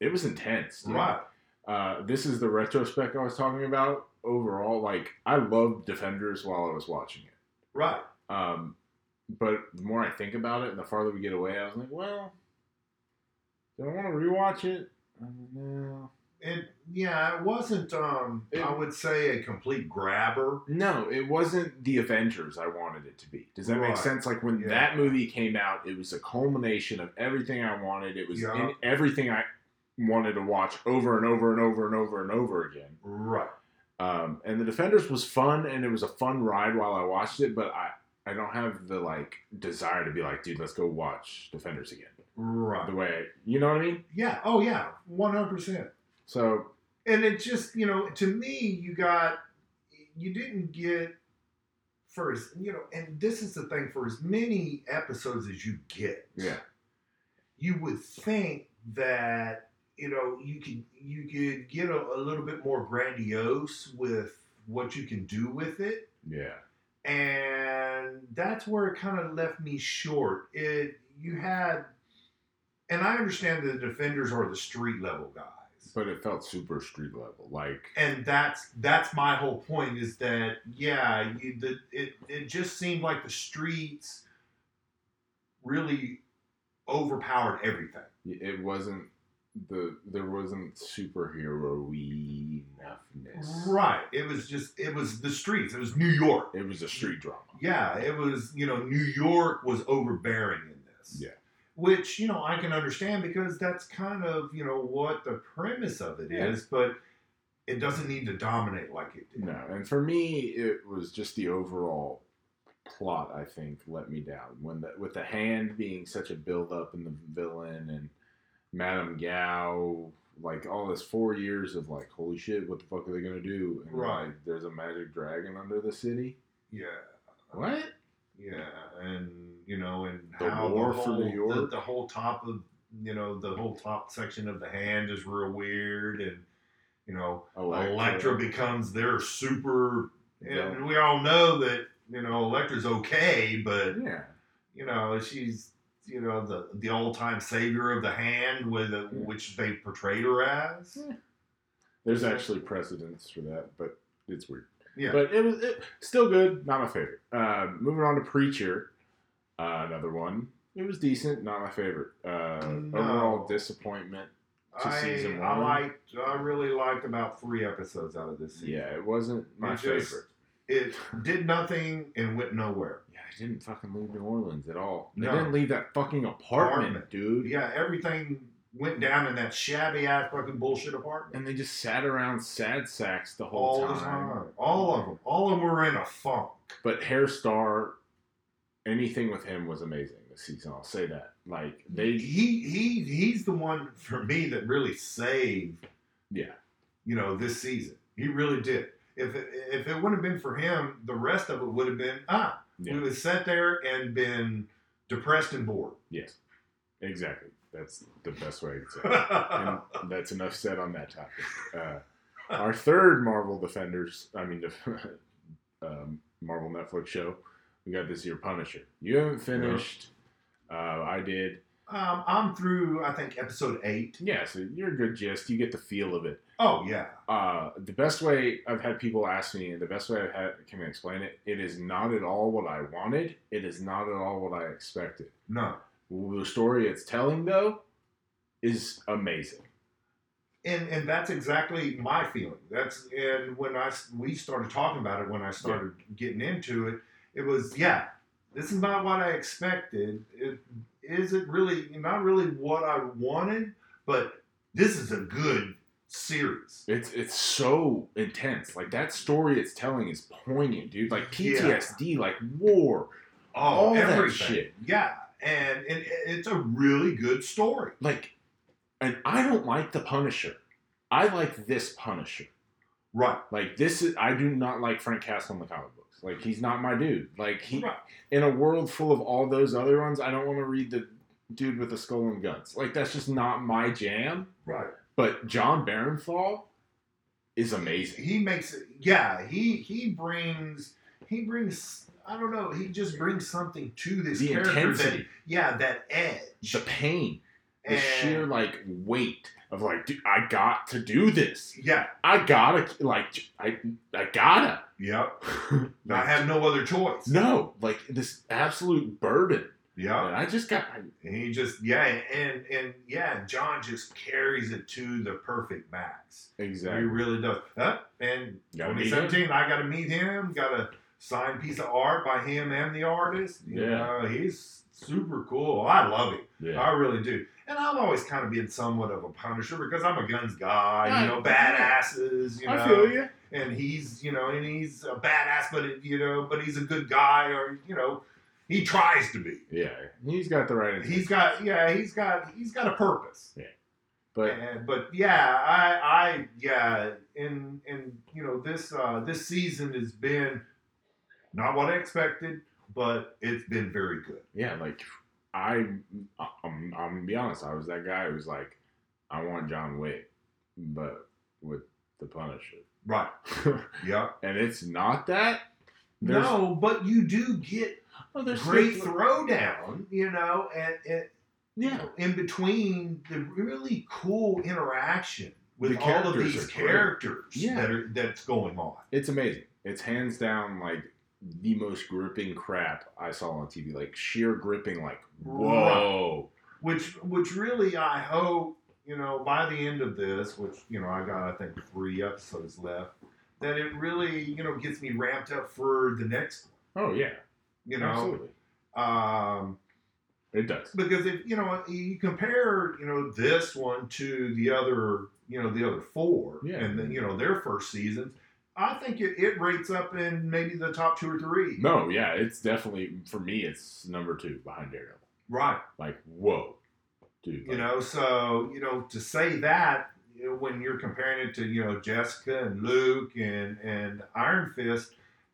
it was intense.
was
dude.
right.
Uh, this is the retrospect I was talking about. Overall, like I loved Defenders while I was watching it.
Right.
Um, but the more I think about it, and the farther we get away, I was like, well, do I want to rewatch it? I don't know.
And yeah, it wasn't um
It-
I would say a complete grabber.
No, it wasn't the Avengers I wanted it to be. Does that
Right.
make sense? Like when
Yeah.
that movie came out, it was a culmination of everything I wanted. It was
Yeah.
in everything I wanted to watch over and over and over and over and over again.
Right.
Um, and the Defenders was fun, and it was a fun ride while I watched it, but I I don't have the like desire to be like, dude, let's go watch Defenders again.
Right.
The way you know what I mean.
Yeah. Oh, yeah. One hundred percent.
So
And it just, you know, to me, you got, you didn't get first, you know, and this is the thing for as many episodes as you get,
yeah,
you would think that, you know, you could you could get a, a little bit more grandiose with what you can do with it.
yeah,
and that's where it kind of left me short. It you had, and I understand that the defenders are the street level guys,
but it felt super street level. Like
and that's that's my whole point is that yeah, you, the, it it just seemed like the streets really overpowered everything.
it wasn't the there wasn't superhero enoughness.
Right. It was just it was the streets. It was New York.
It was a street drama.
yeah, it was, you know, New York was overbearing in this.
Yeah.
Which, you know, I can understand because that's kind of, you know, what the premise of it is,
Yeah.
but it doesn't need to dominate like it did.
No, and for me, it was just the overall plot. I think let me down when the with the hand being such a build up and the villain and Madame Gao, like all this four years of like holy shit, what the fuck are they gonna do? And
Right.
like, there's a magic dragon under the city.
Yeah.
What?
Yeah. And you know, and
The
how
war
the
for
whole,
New York.
The, the whole top of you know, the whole top section of the hand is real weird and you know,
Electra.
Electra becomes their super
Yeah.
and we all know that, you know, Electra's okay, but
Yeah.
you know, she's you know the the all time savior of the hand with a,
Yeah.
which they portrayed her as.
Yeah. There's actually precedence for that, but it's weird.
Yeah.
But it was it, still good. Not my favorite. Uh, moving on to Preacher, uh, another one. It was decent. Not my favorite. Uh,
No.
Overall disappointment. to
I,
season
I
one.
liked I really liked about three episodes out of this season.
Yeah, it wasn't my
It just-
favorite.
It did nothing and went nowhere.
Yeah, I didn't fucking leave New Orleans at all. They
No.
didn't leave that fucking apartment,
Apartment.
dude.
Yeah, everything went down in that shabby ass fucking bullshit apartment.
And they just sat around sad sacks the whole
All the
time.
time, all of them, all of them were in a funk.
But Hair Star, anything with him was amazing this season. I'll say that. Like
He
they,
he he's the one for me that really saved
yeah,
you know, this season. He really did. If it, if it wouldn't have been for him, the rest of it would have been ah,
yeah.
we would have sat there and been depressed and bored.
Yes, exactly. That's the best way to say it.
yeah,
And that's enough said on that topic. Uh, our third Marvel Defenders, I mean, um, Marvel Netflix show, we got this year Punisher. You haven't finished. Uh, I did.
um, I'm through. I think episode eight.
Yeah, so you're a good gist. You get the feel of it.
Oh yeah,
Uh, the best way I've had people ask me, and the best way I've had can I explain it? It is not at all what I wanted. It is not at all what I expected.
no.
The story it's telling though is amazing.
And and that's exactly my feeling. That's and when I s- we started talking about it, when I started getting into it, it was yeah. This is not what I expected. It isn't really not really what I wanted, but this is a good series.
It's it's so intense. Like that story it's telling is poignant, dude. Like PTSD, like war,
Oh,
all that
everything.
shit.
Yeah, and it, it's a really good story.
Like, and I don't like the Punisher. I like this Punisher.
Right.
Like this is I do not like Frank Castle in the comic books. Like he's not my dude. Like he
Right.
in a world full of all those other ones, I don't want to read the dude with the skull and guns. Like that's just not my jam.
Right.
But John Barenthal is amazing.
He makes it. Yeah. He he brings he brings. I don't know. He just brings something to this
The
character.
intensity.
That, yeah, that edge.
the pain, the
and,
sheer like weight of like, dude, I got to do this.
Yeah.
I gotta like, I I gotta.
Yep. I
Like,
have no other choice.
no, like this absolute burden.
Yeah.
I just got. I-
And he just yeah, and and yeah, John just carries it to the perfect max. He
exactly.
really does. Huh? and
Gotta meet
2017, I got to meet him. Got a signed piece of art by him and the artist. You
Yeah.
know, he's super cool. I love him.
Yeah.
I really do. And I've always kind of been somewhat of a punisher because I'm a guns guy,
Yeah,
you know,
yeah.
badasses, you know.
I feel you.
and he's you know and he's a badass but it, you know but he's a good guy or you know he tries to be
Yeah, he's got the right. Intention.
he's got yeah he's got he's got a purpose
but
and, but yeah i i yeah and and you know this uh this season has been not what i expected but it's been very good
yeah, like I, I'm, I'm gonna be honest. I was that guy who was like, I want John Wick, but with the Punisher,
right yeah
and it's not that.
no but you do get
oh,
great
still-
throwdown you know and, and
Yeah,
in between the really cool interaction with
The
all of
characters
these
are great.
characters
Yeah.
that are that's going on.
it's amazing. It's hands down like the most gripping crap I saw on TV. Like sheer gripping. Like whoa.
Which which really I hope, you know, by the end of this, which, you know, I got I think three episodes left, that it really, you know, gets me ramped up for the next one.
Oh yeah,
You know,
absolutely.
um,
It does.
because if you know you compare you know this one to the other you know the other four
Yeah.
and then you know their first seasons i think it, it rates up in maybe the top two or three
No, yeah, it's definitely for me. It's number two behind Daredevil.
right
Like whoa, dude.
you
like,
know so you know to say that you know, when you're comparing it to you know jessica and luke and and iron fist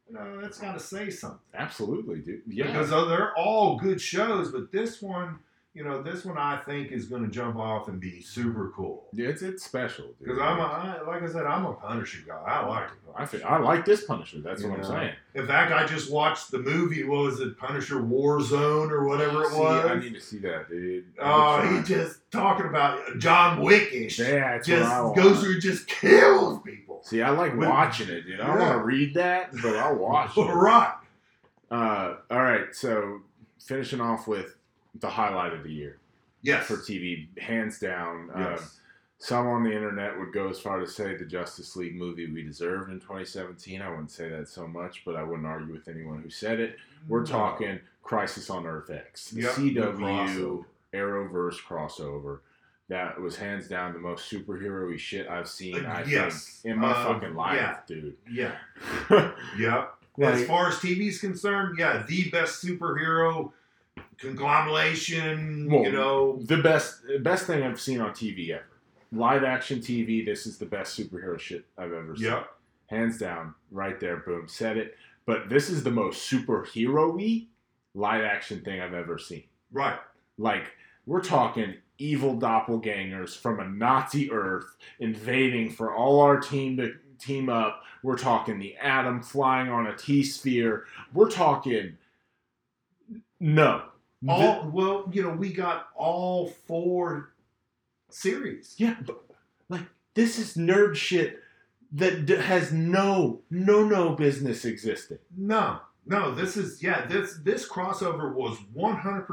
you know that's got to say something
Absolutely, dude. Yeah.
because though they're all good shows but this one you know this one i think is going to jump off and be super cool
Yeah, it's it's special, dude.
Because I'm a, I, like I said, I'm a Punisher guy. I like it.
I feel, I like this Punisher. That's
You
what I'm
know,
saying.
In fact, I just watched the movie. What was it, Punisher Warzone or whatever it
See,
was?
I need to see that, dude.
oh,
I'm
he just talking about John Wickish.
trying. yeah, that's what I
just
want.
goes through, and just kills people.
See, I like
When-
watching it, dude. I don't
Yeah.
want to read that, but I'll watch it.
right.
Uh, all right, so finishing off with the highlight of the year
Yes.
for TV, hands down. Um,
yes.
some on the internet would go as far to say the Justice League movie we deserved in 2017. I wouldn't say that so much, but I wouldn't argue with anyone who said it. We're talking Crisis on Earth X, the
Mm. Yep, the
CW
crossover.
Arrowverse crossover. That was hands down the most superhero-y shit I've seen. I
Uh, Yes.
think in my
Uh,
fucking life,
yeah.
dude.
Yeah. Yep. as
Like-
far as TV's concerned, yeah, the best superhero conglomeration.
Well,
you know.
the best best thing I've seen on TV ever. Live action TV. This is the best superhero shit I've ever seen.
Yep.
Hands down, right there. Boom, said it. But this is the most superhero-y live action thing I've ever seen.
Right.
Like we're talking evil doppelgangers from a Nazi Earth invading for all our team to team up. We're talking the atom flying on a T sphere. We're talking no.
All well, you know, we got all four series.
Yeah, but like this is nerd shit that d- has no no no business existing.
No, no, this is yeah, this this crossover was 100%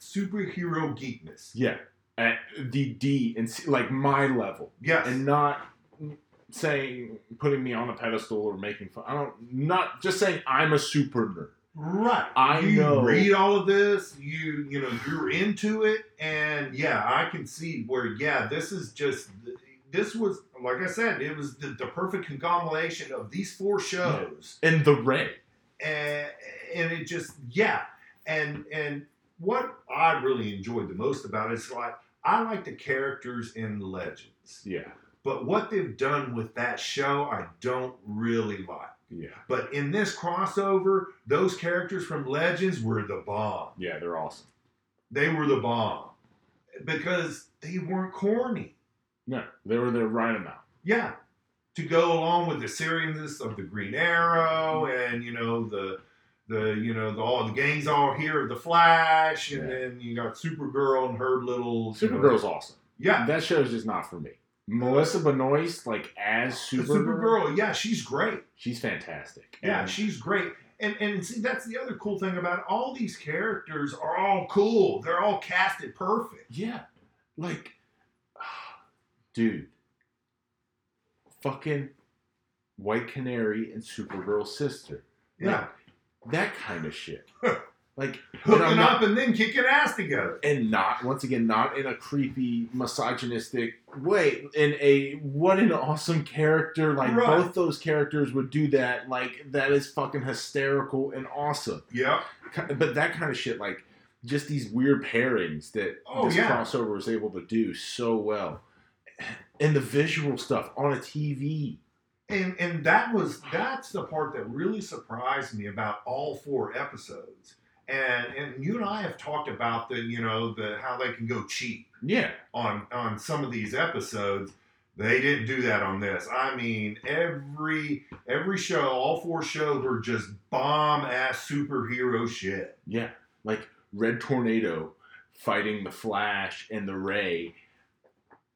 superhero geekness.
Yeah, at the D and C, like my level,
Yes,
and not saying putting me on a pedestal or making fun. I don't not just saying I'm a super nerd.
right.
I
you
know.
read all of this, you you know, you're into it, and yeah, I can see where yeah, this is just this was like I said, it was the, the perfect conglomeration of these four shows.
And the Ray,
and and it just yeah and and what i really enjoyed the most about it is like i like the characters in legends
yeah,
but what they've done with that show i don't really like
yeah,
but in this crossover those characters from legends were the bomb
yeah, they're awesome.
they were the bomb because they weren't corny
No, they were the right amount.
yeah to go along with the seriousness of the green arrow
Mm-hmm.
and you know the the you know the, all the gangs all here of the flash and
Yeah.
then you got supergirl and her little you know-
Supergirl's awesome.
yeah
That show's just not for me. Melissa Benoist, like as
supergirl.
Supergirl,
yeah she's great
she's fantastic.
yeah
And-
she's great and and see that's the other cool thing about it. all these characters are all cool they're all casted perfect
Yeah. Like, dude, fucking White Canary and Supergirl's sister.
yeah
That kind of shit. Like and I'm
hooking
not-
up and then kicking ass together.
and not once again not in a creepy misogynistic way in a what an awesome character like
Right.
both those characters would do that like that is fucking hysterical and awesome
Yep.
Ki- but that kind of shit like just these weird pairings that
Oh,
this
yeah.
crossover was able to do so well and the visual stuff on a tv
and and that was that's the part that really surprised me about all four episodes and and you and i have talked about the you know the how they can go cheap
yeah
on on some of these episodes they didn't do that on this i mean every every show all four shows were just bomb ass superhero shit
Yeah, like Red Tornado fighting the Flash and the Ray.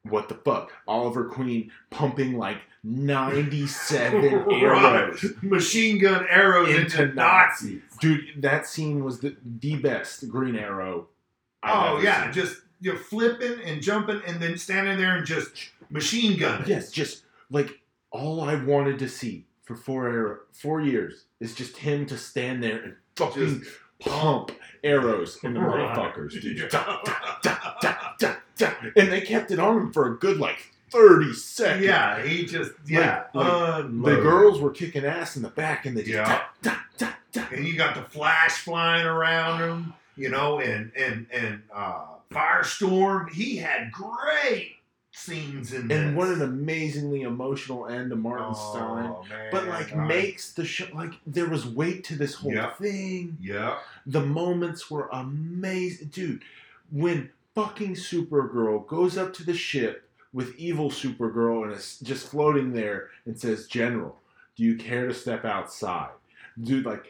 What the fuck? Oliver Queen pumping like 97
Right.
arrows.
machine gun arrows into,
Into
nazis
Dude, that scene was the, the best Green Arrow. I've
oh
ever
yeah
seen.
just you're flipping and jumping and then standing there and just machine gun
Yes, just like all I wanted to see for four arrow, four years is just him to stand there and fucking pump arrows in the
Right.
motherfuckers, dude.
Yeah.
Da, da, da, da, da, da. And they kept it on him for a good like 30 seconds.
Yeah, he just yeah.
like, The
unload.
girls were kicking ass in the back, and they just
Yeah.
da, da, da, da.
and you got the flash flying around him, you know, and and and uh, firestorm. He had great scenes in this.
And what an amazingly emotional end to Martin
Oh,
Stein.
man,
But like
I-
makes the show like there was weight to this whole
Yeah.
thing.
Yeah,
The moments were amazing, dude. When fucking Supergirl goes up to the ship with evil Supergirl and is just floating there and says, "General, do you care to step outside?" Dude, like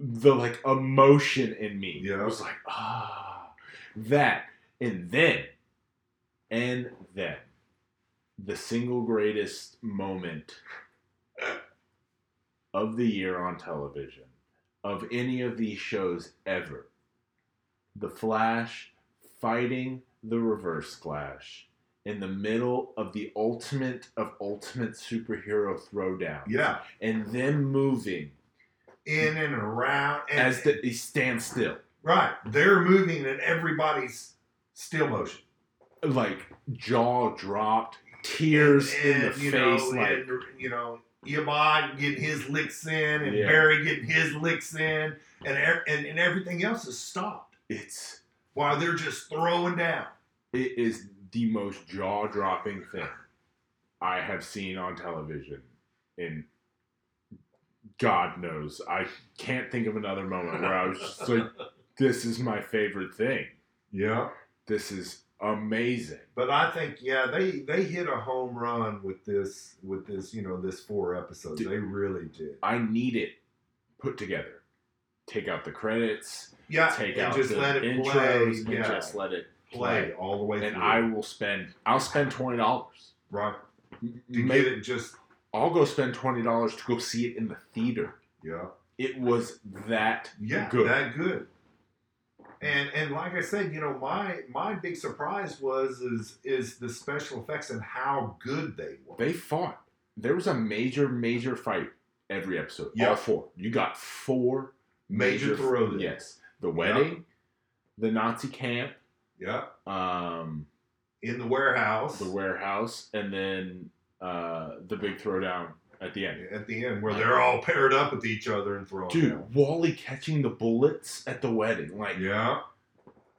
the like emotion in me
Yeah.
was like, ah, that, and then, and then, the single greatest moment of the year on television of any of these shows ever. The Flash fighting the Reverse Flash in the middle of the ultimate of ultimate superhero throwdown.
yeah.
And them moving
In and around and,
as the, he stands still.
right. They're moving and everybody's still motion.
Like jaw dropped, tears in the
you
face.
Know,
like
and, you know, Iman getting his licks in, and
Yeah.
Barry getting his licks in, and, e- and and everything else is stopped
it's
while they're just throwing down.
it is the most jaw dropping thing I have seen on television in God knows. I can't think of another moment where I was just like, this is my favorite thing.
Yeah,
This is amazing.
but I think yeah, they they hit a home run with this with this you know this four episodes.
Dude.
They really did.
I need it put together. Take out the credits,
Yeah,
take
and
out
just
the
let it
intros, and
play. Yeah,
just let it
play,
play.
all the way
And
through.
I will spend, I'll spend $20.
right to
Maybe-
get it just
I'll go spend $20 to go see it in the theater.
yeah
It was that
yeah
good.
that good. And and like I said, you know my my big surprise was is is the special effects and how good they were.
they fought. There was a major, major fight every episode.
Yeah.
All four. You got four
Major throwdowns.
Yes, the wedding, the Nazi camp,
yeah,
um,
in the warehouse
the warehouse, and then uh, the big throwdown at the end.
at the end where they're all paired up with each other and throwing
Dude,
down.
Wally catching the bullets at the wedding. Like,
Yeah.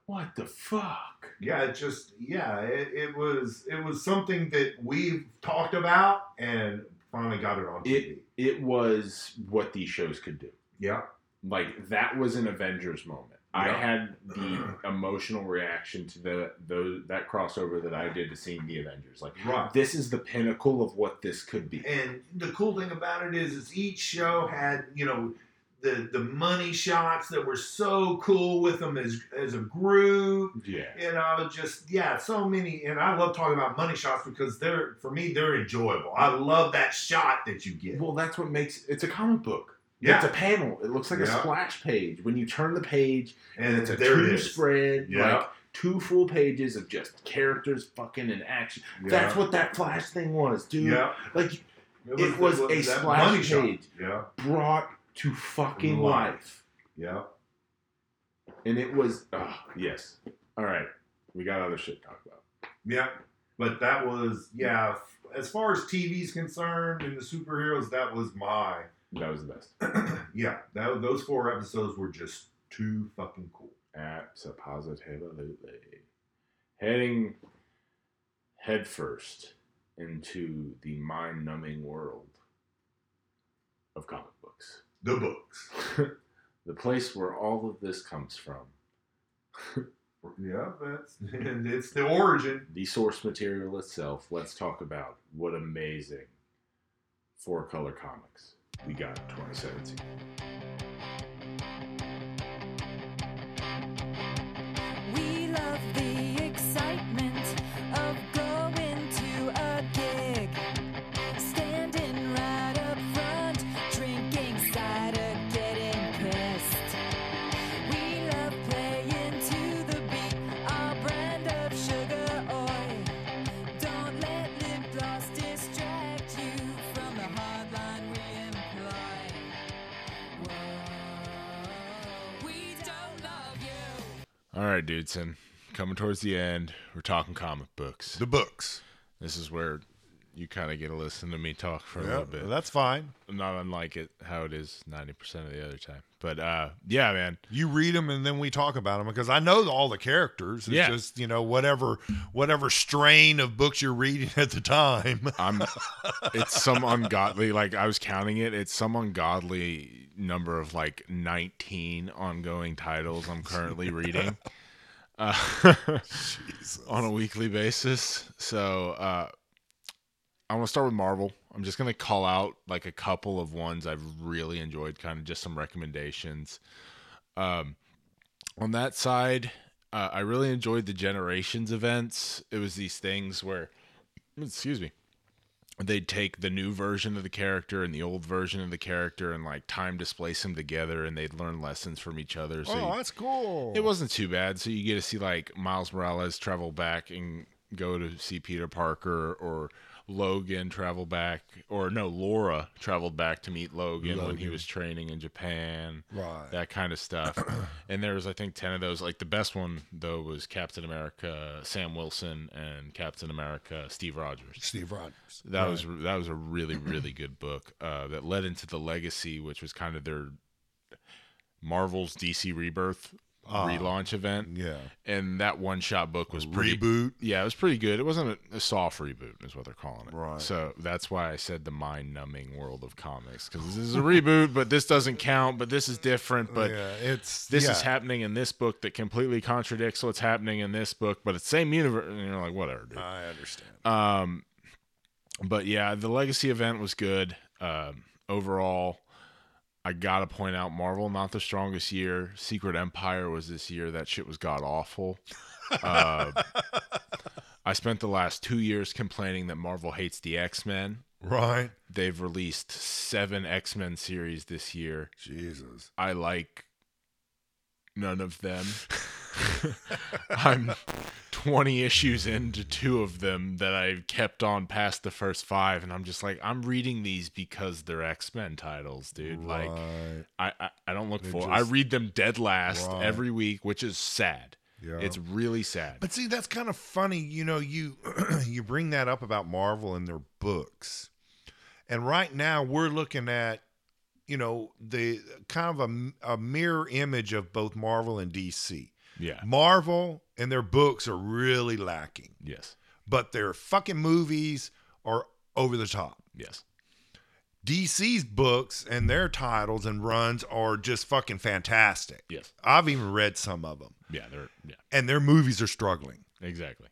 what the fuck?
yeah it just yeah it, it was it was something that we've talked about and finally got it on tv
It was what these shows could do.
yeah
like that was an Avengers moment. I
Yeah.
had the emotional reaction to the those that crossover that I did to seeing the Avengers. Like
right
this is the pinnacle of what this could be.
and the cool thing about it is is each show had you know the the money shots that were so cool with them as as a group
Yeah.
you know just yeah so many and i love talking about money shots because they're for me they're enjoyable i love that shot that you get
Well, that's what makes it's a comic book. It's
yeah
a panel. It looks like a
Yeah.
splash page. When you turn the page,
and
it's a
there
two
it is
spread,
Yeah.
like two full pages of just characters fucking in action. That's
yeah.
what that flash thing was, dude.
yeah
Like it was
that
a
money
splash
shot.
page
yeah
brought to fucking
Life.
life.
yeah
And it was, oh, yes. All right. We got other shit to talk about.
Yeah, but that was yeah. f- As far as TV's concerned and the superheroes, that was my
That was the best.
yeah. That those four episodes were just too fucking cool.
Absolutely. Heading headfirst into the mind numbing world of comic books.
The books.
the place where all of this comes from.
Yeah, that's and it's the origin.
The source material itself. Let's talk about what amazing four color comics we got in 2017.
We love the excitement of going to a gig, standing right up front, drinking cider, getting pissed. We love playing to the beat, our brand of sugar oil. Don't let lip gloss distract you from the hard line we employ. Whoa, we don't love you.
All right, dudeson. Coming towards the end, we're talking comic books.
The books.
This is where you kind of get to listen to me talk for a
Yeah,
little bit.
that's fine.
Not unlike it how it is 90% of the other time. But uh, yeah, man.
You read them and then we talk about them because I know all the characters. It's
Yeah.
just you know whatever whatever strain of books you're reading at the time.
I'm it's some ungodly like I was counting it, it's some ungodly number of like 19 ongoing titles I'm currently reading. Uh,
Oh,
on a weekly basis. So uh I want to start with Marvel. I'm just going to call out like a couple of ones I've really enjoyed, kind of just some recommendations. Um on that side, uh, I really enjoyed the Generations events. It was these things where excuse me they'd take the new version of the character and the old version of the character and like time displace them together and they'd learn lessons from each other so you-
that's cool.
it wasn't too bad so you get to see like miles morales travel back and go to see peter parker or logan travel back or no laura traveled back to meet logan, when he
Logan.
was training in japan
right.
that kind of stuff and there was i think 10 of those like the best one though was captain america sam wilson and captain america steve rogers
Steve Rogers.
that was that was a really really good book uh, that led into the legacy, which was kind of their Marvel's DC Rebirth
Ah.
relaunch event,
yeah
and that one shot book was pretty.
reboot.
Yeah, it was pretty good. It wasn't a, a soft reboot, is what they're calling it.
Right.
So that's why I said the mind-numbing world of comics because this is a reboot, but this doesn't count. But this is different. But
yeah, it's
this
yeah.
is happening in this book that completely contradicts what's happening in this book, but it's same universe. And you're like, whatever, dude.
I understand.
Um, but yeah, the legacy event was good. Um, overall, I gotta point out Marvel not the strongest year. Secret Empire was this year. That shit was god awful. Uh, I spent the last two years complaining that Marvel hates the X Men.
Right.
They've released seven X Men series this year.
Jesus.
I like none of them. I'm 20 issues into two of them that I kept on past the first five, and I'm just like, I'm reading these because they're X Men titles, dude. Like,
Right.
I, I, I don't look
They're
for. I
just-
read them dead last
Right.
every week, which is sad.
yeah.
It's really sad.
But see, that's kind of funny. You know, you you bring that up about Marvel and their books, and right now we're looking at, you know, the kind of a, a mirror image of both Marvel and DC.
yeah.
Marvel and their books are really lacking,
Yes.
but their fucking movies are over the top.
Yes.
DC's books and their titles and runs are just fucking fantastic.
Yes.
I've even read some of them,
Yeah. They're. Yeah.
and their movies are struggling.
Exactly.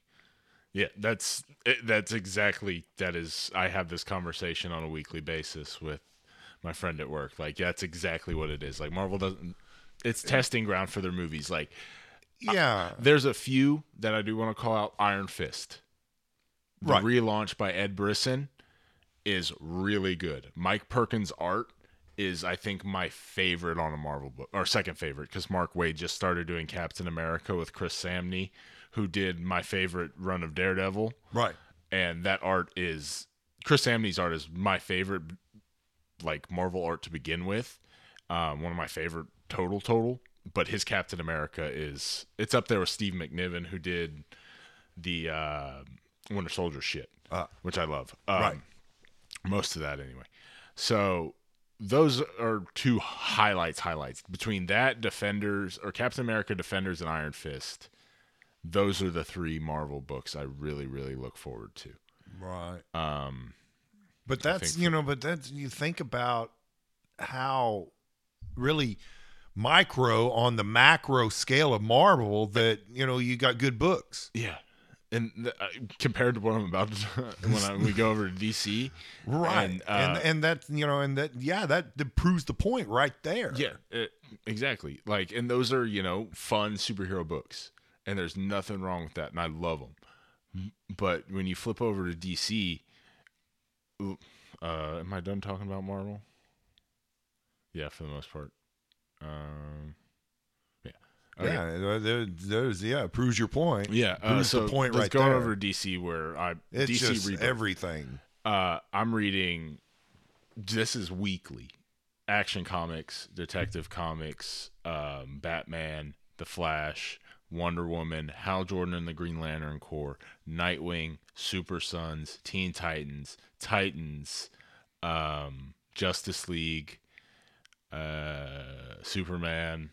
Yeah, that's it- that's exactly that is. I have this conversation on a weekly basis with my friend at work. Like that's exactly what it is. Like Marvel doesn't. It's testing ground for their movies. Like
Yeah.
there's a few that I do want to call out. Iron Fist, the
Right.
relaunch by Ed Brisson, is really good. Mike Perkins' art is, I think, my favorite on a Marvel book, or second favorite, because Mark Wade just started doing Captain America with Chris Samney, who did my favorite run of Daredevil,
right.
and that art is Chris Samney's art is my favorite, like Marvel art to begin with. Um, one of my favorite total total but his Captain America is it's up there with Steve McNiven who did the uh, Winter Soldier shit,
Ah.
which I love. Um,
Right.
most of that anyway. So those are two highlights. Highlights between that Defenders or Captain America Defenders and Iron Fist. Those are the three Marvel books I really, really look forward to.
Right.
Um,
But that's
think-
you know, but that's you think about how really micro on the macro scale of Marvel that you know you got good books.
yeah, and th- uh, compared to what I'm about to, when I, we go over to DC,
Right. And,
And,
and
uh,
that you know and that yeah that, that proves the point right there.
Yeah, uh, exactly. Like, and those are you know fun superhero books, and there's nothing wrong with that, and I love them. But when you flip over to DC, l- uh, am I done talking about Marvel? Yeah, for the most part. Um, yeah. Okay.
Yeah. there- there- There's yeah proves your point.
Yeah. Uh,
Proves
so
the point
let's
right
go
there.
over to DC where I
It's
DC
just
Rebirth.
everything.
uh, I'm reading. This is weekly. Action Comics, Detective Comics, um, Batman, The Flash, Wonder Woman, Hal Jordan and the Green Lantern Corps, Nightwing, Super Sons, Teen Titans, Titans, um, Justice League, uh, Superman.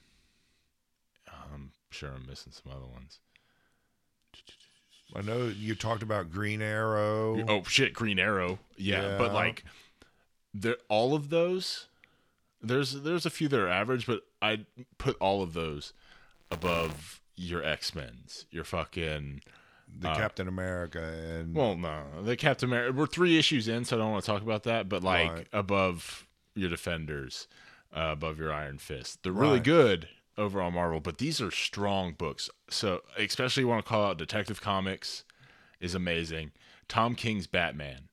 I'm sure I'm missing some other ones.
I know you talked about Green Arrow.
Oh shit, Green Arrow. Yeah, but
Yeah.
like, there all of those. There's there's a few that are average, but I'd put all of those above your X Men's, your fucking.
the Captain America and
Well, no, the Captain America. We're three issues in, so I don't want to talk about that. But like
Right.
above your Defenders, uh, above your Iron Fist, they're really
Right.
good overall Marvel. But these are strong books. So especially want to call out Detective Comics is amazing. Tom King's Batman.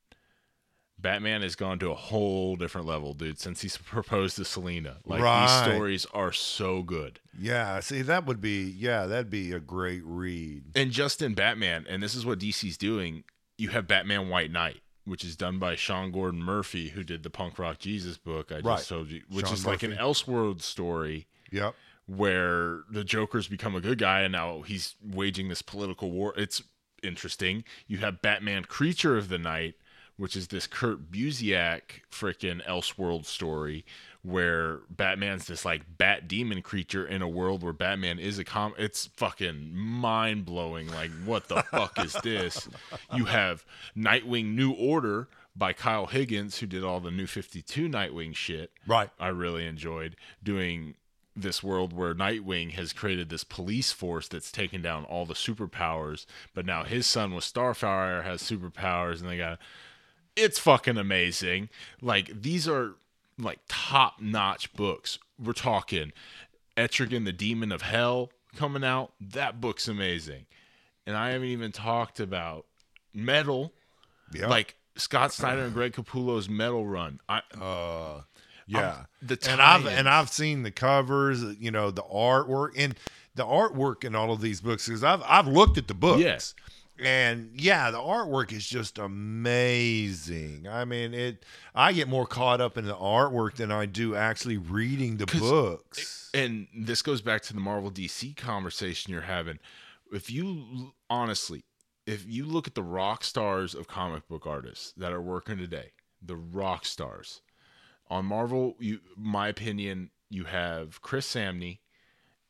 Batman has gone to a whole different level, dude. Since he's proposed to Selena, like
Right.
these stories are so good.
yeah, see that would be yeah, that'd be a great read.
And just in Batman, and this is what DC's doing, you have Batman White Knight, which is done by Sean Gordon Murphy, who did the Punk Rock Jesus book I just
Right.
told you, which
Sean
is like an
Murphy.
Elseworld story
Yep.
where the Joker's become a good guy and now he's waging this political war. It's interesting. You have Batman Creature of the Night, which is this Kurt Busiek freaking Elseworld story where Batman's this like bat demon creature in a world where Batman is a com it's fucking mind blowing like what the fuck is this? You have Nightwing New Order by Kyle Higgins who did all the new 52 Nightwing shit.
Right.
I really enjoyed doing this world where Nightwing has created this police force that's taken down all the superpowers, but now his son with Starfire has superpowers and they got it's fucking amazing. Like these are like top notch books. We're talking Etrigan the Demon of Hell coming out. That book's amazing. And I haven't even talked about Metal.
Yeah.
Like Scott Snyder and Greg Capullo's Metal Run. I
uh yeah.
the
and I've
tie-ins.
and I've seen the covers, you know, the artwork and the artwork in all of these books because I've I've looked at the books.
Yes.
And yeah, the artwork is just amazing. I mean, it I get more caught up in the artwork than I do actually reading the
'Cause
books.
and this goes back to the Marvel DC conversation you're having. If you honestly, if you look at the rock stars of comic book artists that are working today, the rock stars on Marvel, you, my opinion, you have Chris Samney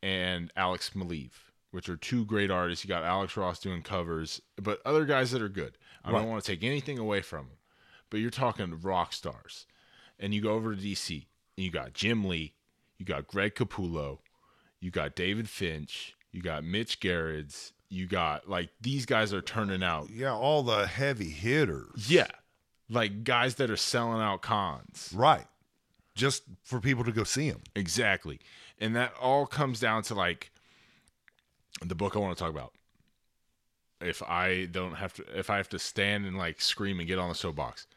and Alex Maleev, which are two great artists. You got Alex Ross doing covers, but other guys that are good. I
Right.
don't want to take anything away from them, but you're talking rock stars. And you go over to DC, and you got Jim Lee, you got Greg Capullo, you got David Finch, you got Mitch Gerrits, you got like these guys are turning out.
yeah, all the heavy hitters.
Yeah. Like guys that are selling out cons.
Right. Just for people to go see them.
Exactly. And that all comes down to like the book I want to talk about. If I don't have to if I have to stand and like scream and get on the soapbox,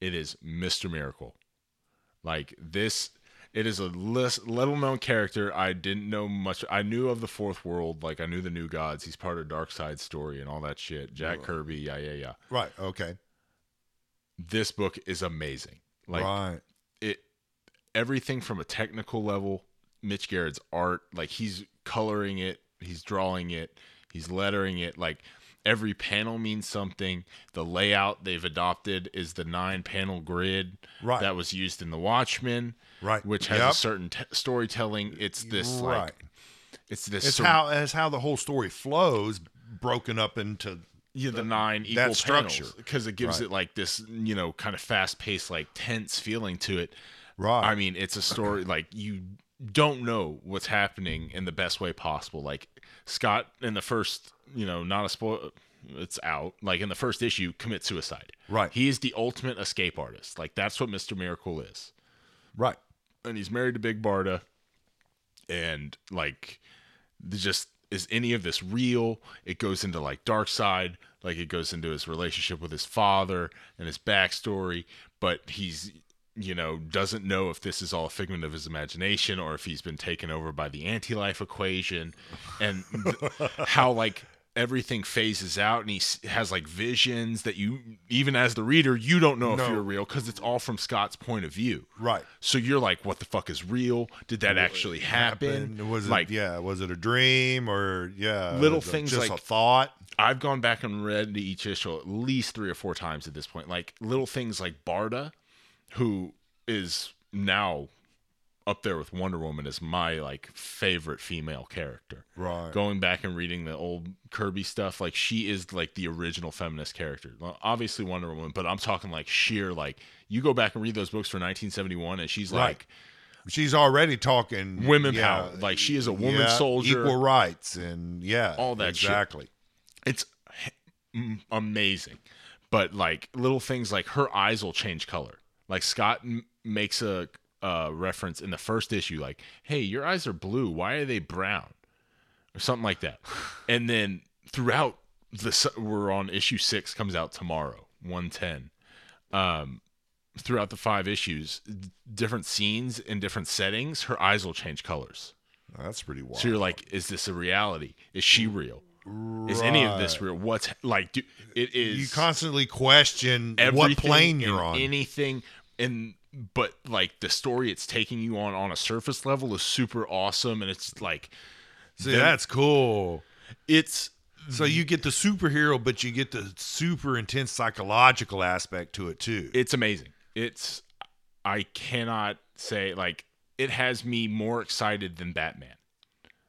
it is Mr. Miracle. Like this it is a less little known character. I didn't know much. I knew of the fourth world, like I knew the new gods. He's part of Dark Side story and all that shit. Jack Kirby, yeah, yeah, yeah.
Right. Okay.
This book is amazing. Like
right.
it everything from a technical level Mitch Garrett's art. Like he's coloring it, he's drawing it, he's lettering it. Like every panel means something. The layout they've adopted is the nine panel grid
Right.
that was used in The Watchmen,
Right.
Which has
Yep.
a certain t- storytelling. It's this
right.
like it's this
it's
sur-
how it's how the whole story flows, broken up into
yeah, the nine equal
that structure.
because it gives
Right.
it like this you know kind of fast paced like tense feeling to it.
right.
I mean, it's a story like you don't know what's happening in the best way possible. Like Scott in the first, you know, not a spoil. It's out. Like in the first issue, commit suicide.
Right.
He is the ultimate escape artist. Like that's what Mister Miracle is.
right.
And he's married to Big Barda. And like, th- just is any of this real? It goes into like dark side. Like it goes into his relationship with his father and his backstory. But he's you know, doesn't know if this is all a figment of his imagination or if he's been taken over by the anti life equation and th- how, like, everything phases out and he s- has, like, visions that you, even as the reader, you don't know if
No.
you're real because it's all from Scott's point of view.
Right.
So you're like, what the fuck is real? Did that actually happen?
And was it
like,
yeah, was it a dream or yeah,
Little
was it
things
just
like-
a thought?
I've gone back and read the each issue at least three or four times at this point. Like little things like Barda, who is now up there with Wonder Woman as my like favorite female character.
Right.
Going back and reading the old Kirby stuff, like she is like the original feminist character. Well, obviously Wonder Woman, but I'm talking like sheer like you go back and read those books for 1971 and she's
Right.
like
She's already talking
women
yeah,
power. Like she is a woman
yeah,
soldier.
equal rights, and yeah,
All that shit.
exactly.
it's h- m- amazing but like little things like her eyes will change color like scott m- makes a uh, reference in the first issue like hey your eyes are blue why are they brown or something like that and then throughout the s- we're on issue six comes out tomorrow 110 um throughout the five issues d- different scenes in different settings her eyes will change colors
That's pretty wild.
so you're like is this a reality is she real is any of this
Right.
real? What's like? Do, it is
You constantly question what
everything
plane
and
you're on.
Anything and but like the story it's taking you on on a surface level is super awesome, and it's like
See, that's cool.
it's Mm-hmm.
So you get the superhero, but you get the super intense psychological aspect to it too.
it's amazing. It's I cannot say like it has me more excited than Batman.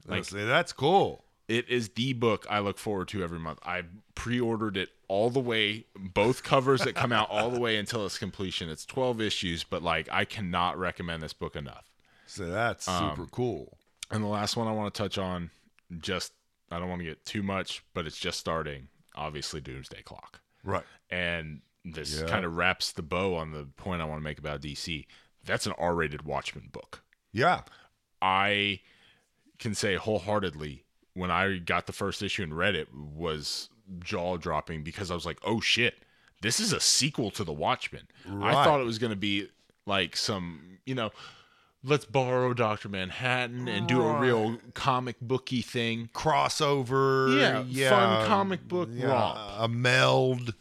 like-
See, that's cool.
It is the book I look forward to every month. I pre-ordered it all the way, both covers that come out all the way until its completion. It's 12 issues, but like I cannot recommend this book enough.
So that's
Um,
super cool.
And the last one I want to touch on, just I don't want to get too much, but it's just starting. Obviously, Doomsday Clock,
Right.
and this
Yeah.
kind of wraps the bow on the point I want to make about DC. That's an R-rated Watchmen book.
Yeah.
I can say wholeheartedly when I got the first issue and read it was jaw dropping because I was like, oh shit, this is a sequel to The Watchmen. I
Right.
thought it was going to be like some, you know, let's borrow Dr. Manhattan and do a real comic booky thing.
Crossover.
Yeah, fun comic book romp.
A meld.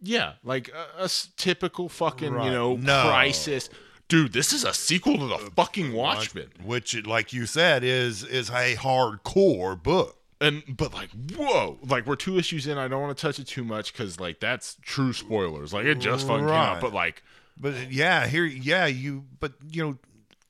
Yeah, like a, a s- typical fucking,
Right.
you know,
No. Uh,
crisis. Dude, this is a sequel to The fucking Watchmen.
Which, like you said, is is a hardcore book.
and but like whoa like we're two issues in i don't want to touch it too much because like that's true spoilers like it just fucking came out
Right.
but like
But yeah, here, yeah, you. But you know,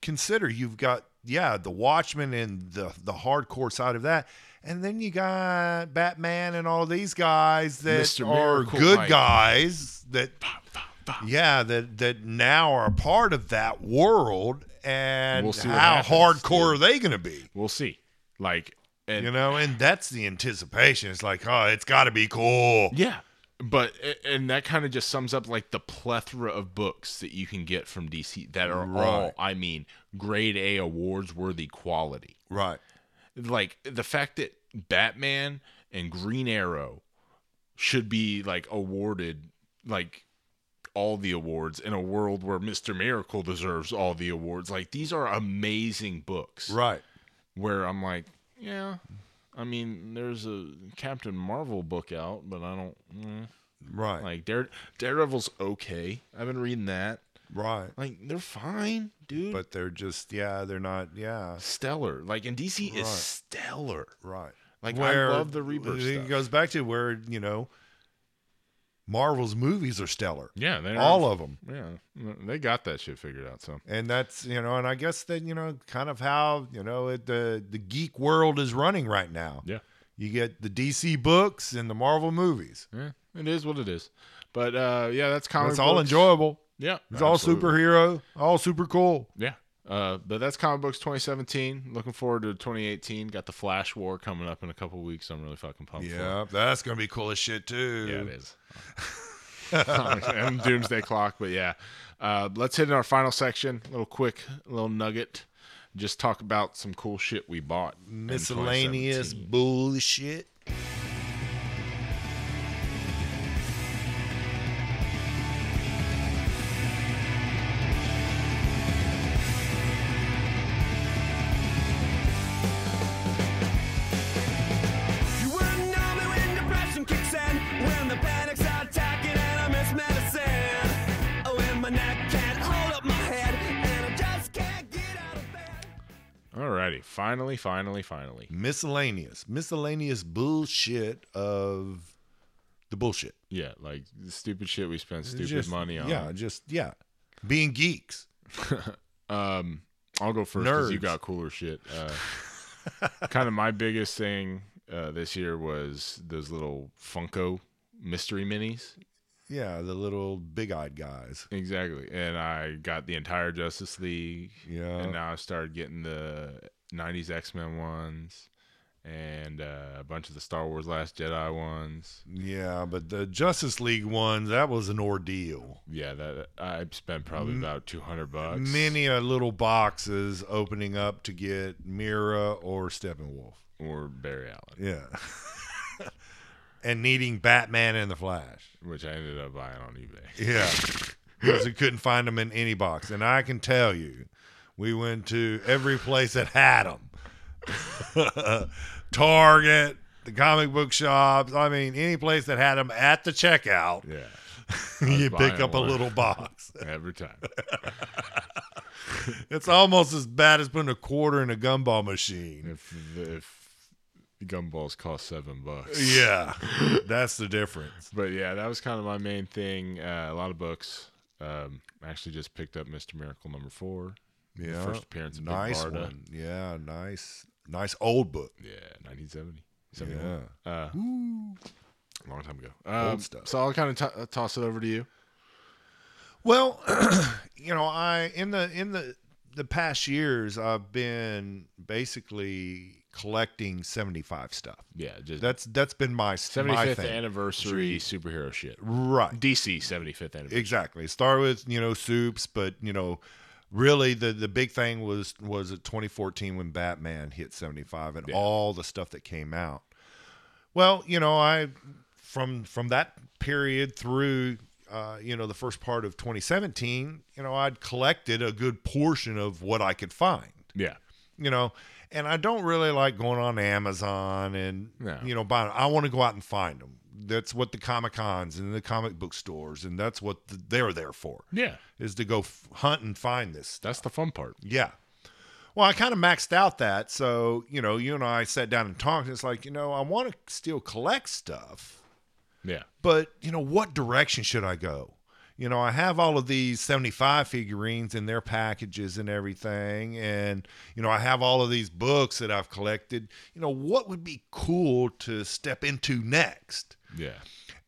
consider you've got yeah the Watchmen and the the hardcore side of that, and then you got Batman and all these guys that
Mr.
are
Miracle,
good
like-
guys that
bah, bah, bah.
yeah that that now are a part of that world, and
We'll see what
how
happens,
hardcore
dude.
are they going to be?
we'll see like and
You know, and that's the anticipation. It's like, oh, it's got to be cool.
yeah but a- and that kind of just sums up like the plethora of books that you can get from dc that are all
Right.
i mean grade a awards worthy quality
Right.
like the fact that Batman and Green Arrow should be like awarded like all the awards in a world where Mr. Miracle deserves all the awards. Like these are amazing books
Right.
where I'm like, yeah, I mean, there's a Captain Marvel book out, but I don't mm.
Right.
like Dare Daredevil's okay. I've been reading that.
Right.
Like they're fine, dude.
But they're just yeah, they're not yeah.
stellar. Like and DC
Right.
is stellar.
Right.
Like I love the rebirth
It
stuff.
goes back to where, you know, Marvel's movies are stellar.
yeah, they're
All of them.
yeah, they got that shit figured out. So
And that's, you know, and I guess that, you know, kind of how, you know, it, the the geek world is running right now.
Yeah.
You get the DC books and the Marvel movies.
yeah, it is what it is. But uh, yeah, that's comic.
It's all
books.
enjoyable.
Yeah,
It's all
absolutely.
superhero, all super cool.
Yeah. Uh, but that's comic books 2017. Looking forward to 2018. Got the Flash War coming up in a couple weeks. I'm really fucking pumped.
Yeah, that's gonna be cool as shit too.
For it. Yeah, it is. and Doomsday Clock, but yeah. Uh, let's hit in our final section. little quick, little nugget. Just talk about some cool shit we bought. in
Miscellaneous
2017.
bullshit.
You wouldn't know me when depression kicks in, when the panics are attacking and I miss medicine. Oh, and my neck can't hold up my head, and I just can't get out of bed.
Alrighty. Finally, finally, finally.
Miscellaneous. Miscellaneous bullshit of the bullshit.
Yeah, like the stupid shit we spent stupid
Just-
money on.
Yeah, just yeah. Being geeks.
Um, I'll go first because you
Nerds.
got cooler shit. Uh, kind of my biggest thing uh, this year was those little Funko mystery minis.
Yeah, the little big eyed guys.
Exactly. And I got the entire Justice League.
Yeah.
And now I started getting the 90s X Men ones and uh, a bunch of the Star Wars Last Jedi ones.
Yeah, but the Justice League ones, that was an ordeal.
Yeah, that I spent probably about 200 bucks.
Many a little boxes opening up to get Mira or Steppenwolf.
Or Barry Allen,
Yeah. and needing Batman and the Flash.
which I ended up buying on eBay.
Yeah. Because we couldn't find them in any box. And I can tell you, we went to every place that had them Target, the comic book shops. I mean, any place that had them at the checkout,
Yeah.
you pick
buying
up a
one.
little box.
Every time.
It's almost as bad as putting a quarter in a gumball machine.
If the, if the gumballs cost seven bucks.
Yeah. That's the difference.
But yeah, that was kind of my main thing. Uh, a lot of books. Um, actually, just picked up Mister Miracle number four.
Yeah.
first appearance of Big
nice
Barda.
one. Yeah, nice. Nice old book.
Yeah, 1970.
Yeah.
71. Uh, long time ago. Um,
stuff.
So I'll kind of t- toss it over to you.
Well, you know, I in the in the the past years I've been basically collecting 75 stuff.
Yeah, just
That's that's been my my
75th
thing.
anniversary superhero shit.
Right.
DC 75th anniversary.
Exactly. Start with, you know, soups, but you know, really the the big thing was was at 2014 when Batman hit 75 and all the stuff that came out. Well, you know, I from from that period through uh, you know the first part of 2017, you know, I'd collected a good portion of what I could find.
yeah.
You know, and I don't really like going on Amazon and
No.
you know buying. I want to go out and find them. That's what the comic cons and the comic book stores, and that's what th they're there for
Yeah.
is to go f- hunt and find this stuff.
That's the fun part.
Yeah. Well, I kind of maxed out that. So, you know, you and I sat down and talked. And it's like, you know, I want to still collect stuff,
Yeah.
but, you know, what direction should I go? You know, I have all of these 75 figurines in their packages and everything. And, you know, I have all of these books that I've collected. You know, what would be cool to step into next?
Yeah.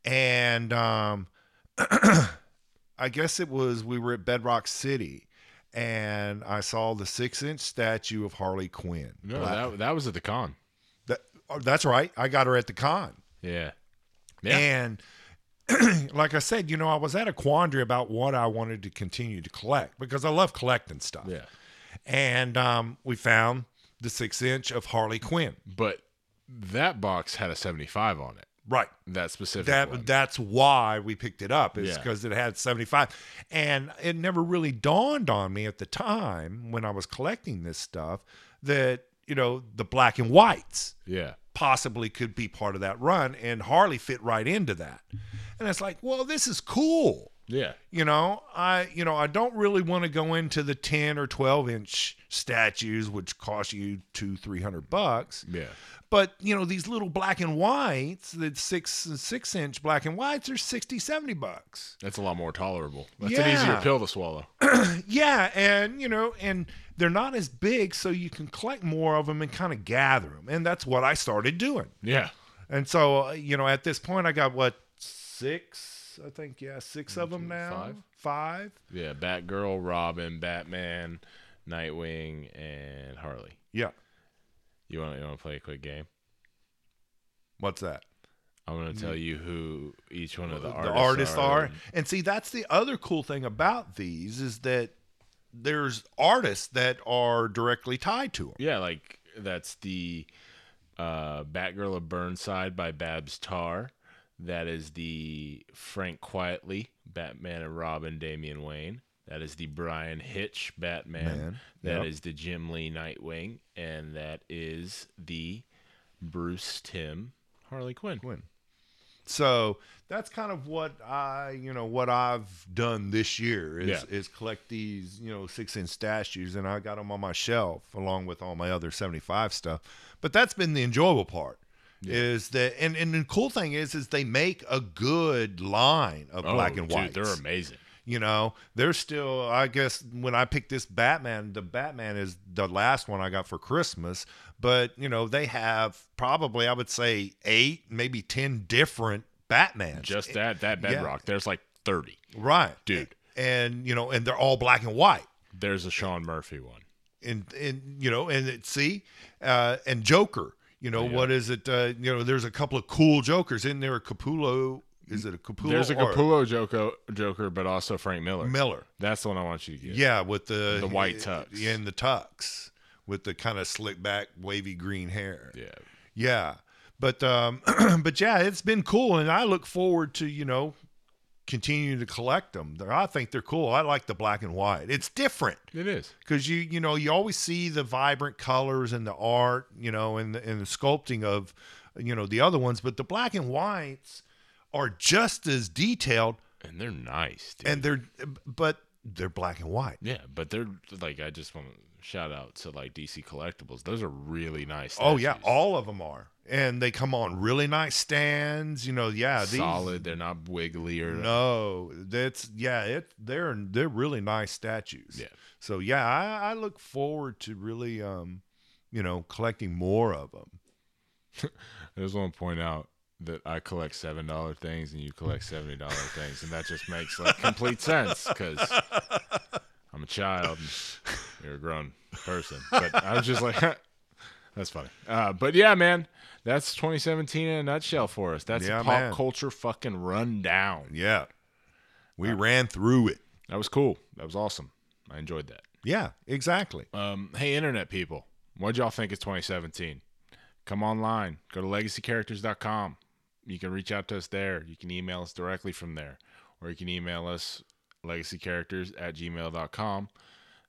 and um, I guess it was we were at Bedrock City, and I saw the six-inch statue of Harley Quinn.
No,
Black-
that, that was at the con.
that- oh, that's right. I got her at the con,
Yeah. Yeah.
and like I said, you know, I was at a quandary about what I wanted to continue to collect because I love collecting stuff.
yeah.
and um, we found the six-inch of Harley Quinn.
But that box had a 75 on it.
Right.
That specific
that
one.
that's why we picked it up is
Yeah.
because it had 75 and it never really dawned on me at the time when i was collecting this stuff that you know the black and whites
yeah.
possibly could be part of that run and harley fit right into that and it's like well this is cool
Yeah.
You know, I you know, I don't really want to go into the 10 or 12 inch statues which cost you 2 300 bucks,
Yeah.
but you know, these little black and whites, the 6 and 6 inch black and whites are 60 70 bucks.
That's a lot more tolerable. That's an
Yeah.
easier pill to swallow.
Yeah, and you know, and they're not as big so you can collect more of them and kind of gather them. And that's what I started doing.
Yeah.
And so, uh, you know, at this point, I got what six? I think yeah, six of them now.
five.
Five.
Yeah. Batgirl, Robin, Batman, Nightwing, and Harley.
Yeah.
You want you want to play a quick game?
What's that?
I'm gonna tell you who each one of the,
Mm. the artists are. And see, that's the other cool thing about these is that there's artists that are directly tied to them.
Yeah, like that's the uh, Batgirl of Burnside by Babs Tarr. That is the Frank Quietly Batman and Robin Damian Wayne. That is the Brian Hitch Batman.
Man,
That is
yep.
the Jim Lee Nightwing, and that is the Bruce Tim Harley Quinn.
Quinn. So that's kind of what I, you know, what I've done this year is
Yeah.
is collect these, you know, six inch statues, and I got them on my shelf along with all my other seventy five stuff. But that's been the enjoyable part. Is that and and the cool thing is is they make a good line of
Oh,
black and
dude,
white.
they're amazing.
You know, they're still, I guess, when I picked this Batman, the Batman is the last one I got for Christmas. But, you know, they have probably, I would say, eight, maybe 10 different Batmans. Eh,
Just that that bedrock. There's like thirty.
Right.
Dude.
And, you know, and they're all black and white.
There's a Sean Murphy one.
And, and you know, and it, see, uh, and Joker, you know, what is it? Uh, you know, there's a couple of cool Jokers in there. A Capullo, is it a Capullo?
There's a
or
Capullo Joker, Joker, but also Frank Miller.
Miller.
That's the one I want you to get.
Yeah, with the
The white tux.
Yeah, and the tux with the kind of slick back, wavy green hair.
Yeah.
Yeah. But um, but yeah, it's been cool, and I look forward to you know continuing to collect them. They're- I think they're cool. I like the black and white. It's different
It is.
because you you know you always see the vibrant colors and the art, you know, and the, and the sculpting of you know the other ones, but the black and whites are just as detailed,
And they're nice, dude.
and they're but they're black and white.
yeah, but they're like I just want to shout out to like DC Collectibles. Those are really nice.
Oh yeah,
statues.
all of them are, and they come on really nice stands. You know, yeah, these,
solid. They're not wiggly or
No, that's yeah, it they're they're really nice statues.
Yeah.
So yeah, I, I look forward to really um, you know, collecting more of them.
I just want to point out that I collect seven dollar things and you collect seventy dollar things, and that just makes like complete sense because I'm a child, and you're a grown person. But I was just like, that's funny. Uh, but yeah, man, that's 2017 in a nutshell for us. That's
Yeah,
pop
man.
culture fucking rundown.
Yeah. We
Uh,
ran through it.
That was cool. That was awesome. I enjoyed that.
Yeah, exactly.
Um, hey, internet people, what'd y'all think of 2017? Come online, go to legacycharacters.com. You can reach out to us there. You can email us directly from there, or you can email us legacycharacters at gmail.com.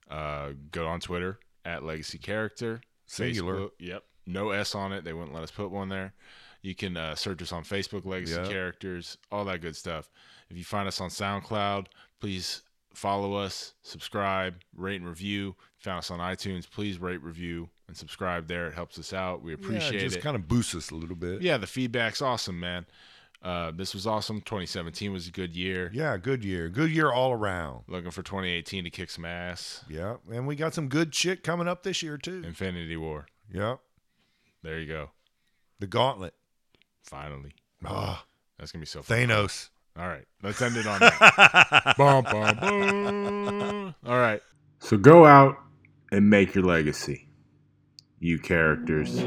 Uh, go on Twitter at legacycharacter.
Singular.
Facebook- yep. No S on it. They wouldn't let us put one there. You can uh, search us on Facebook, Legacy
Yeah.
Characters, all that good stuff. If you find us on SoundCloud, please follow us, subscribe, rate and review. If you found us on iTunes, please rate, review, and subscribe there. It helps us out. We appreciate
yeah,
it.
just kind of boosts us a little bit.
yeah, the feedback's awesome, man. Uh, this was awesome. 2017 was a good year.
Yeah, good year. Good year all around.
Looking for 2018 to kick some ass.
Yeah. And we got some good shit coming up this year too.
Infinity War.
Yeah.
There you go.
The gauntlet.
Finally.
Ah,
That's going to be so fun.
Thanos.
All right. Let's end it on that. bum, bum, bum. All right.
So go out and make your legacy, you characters.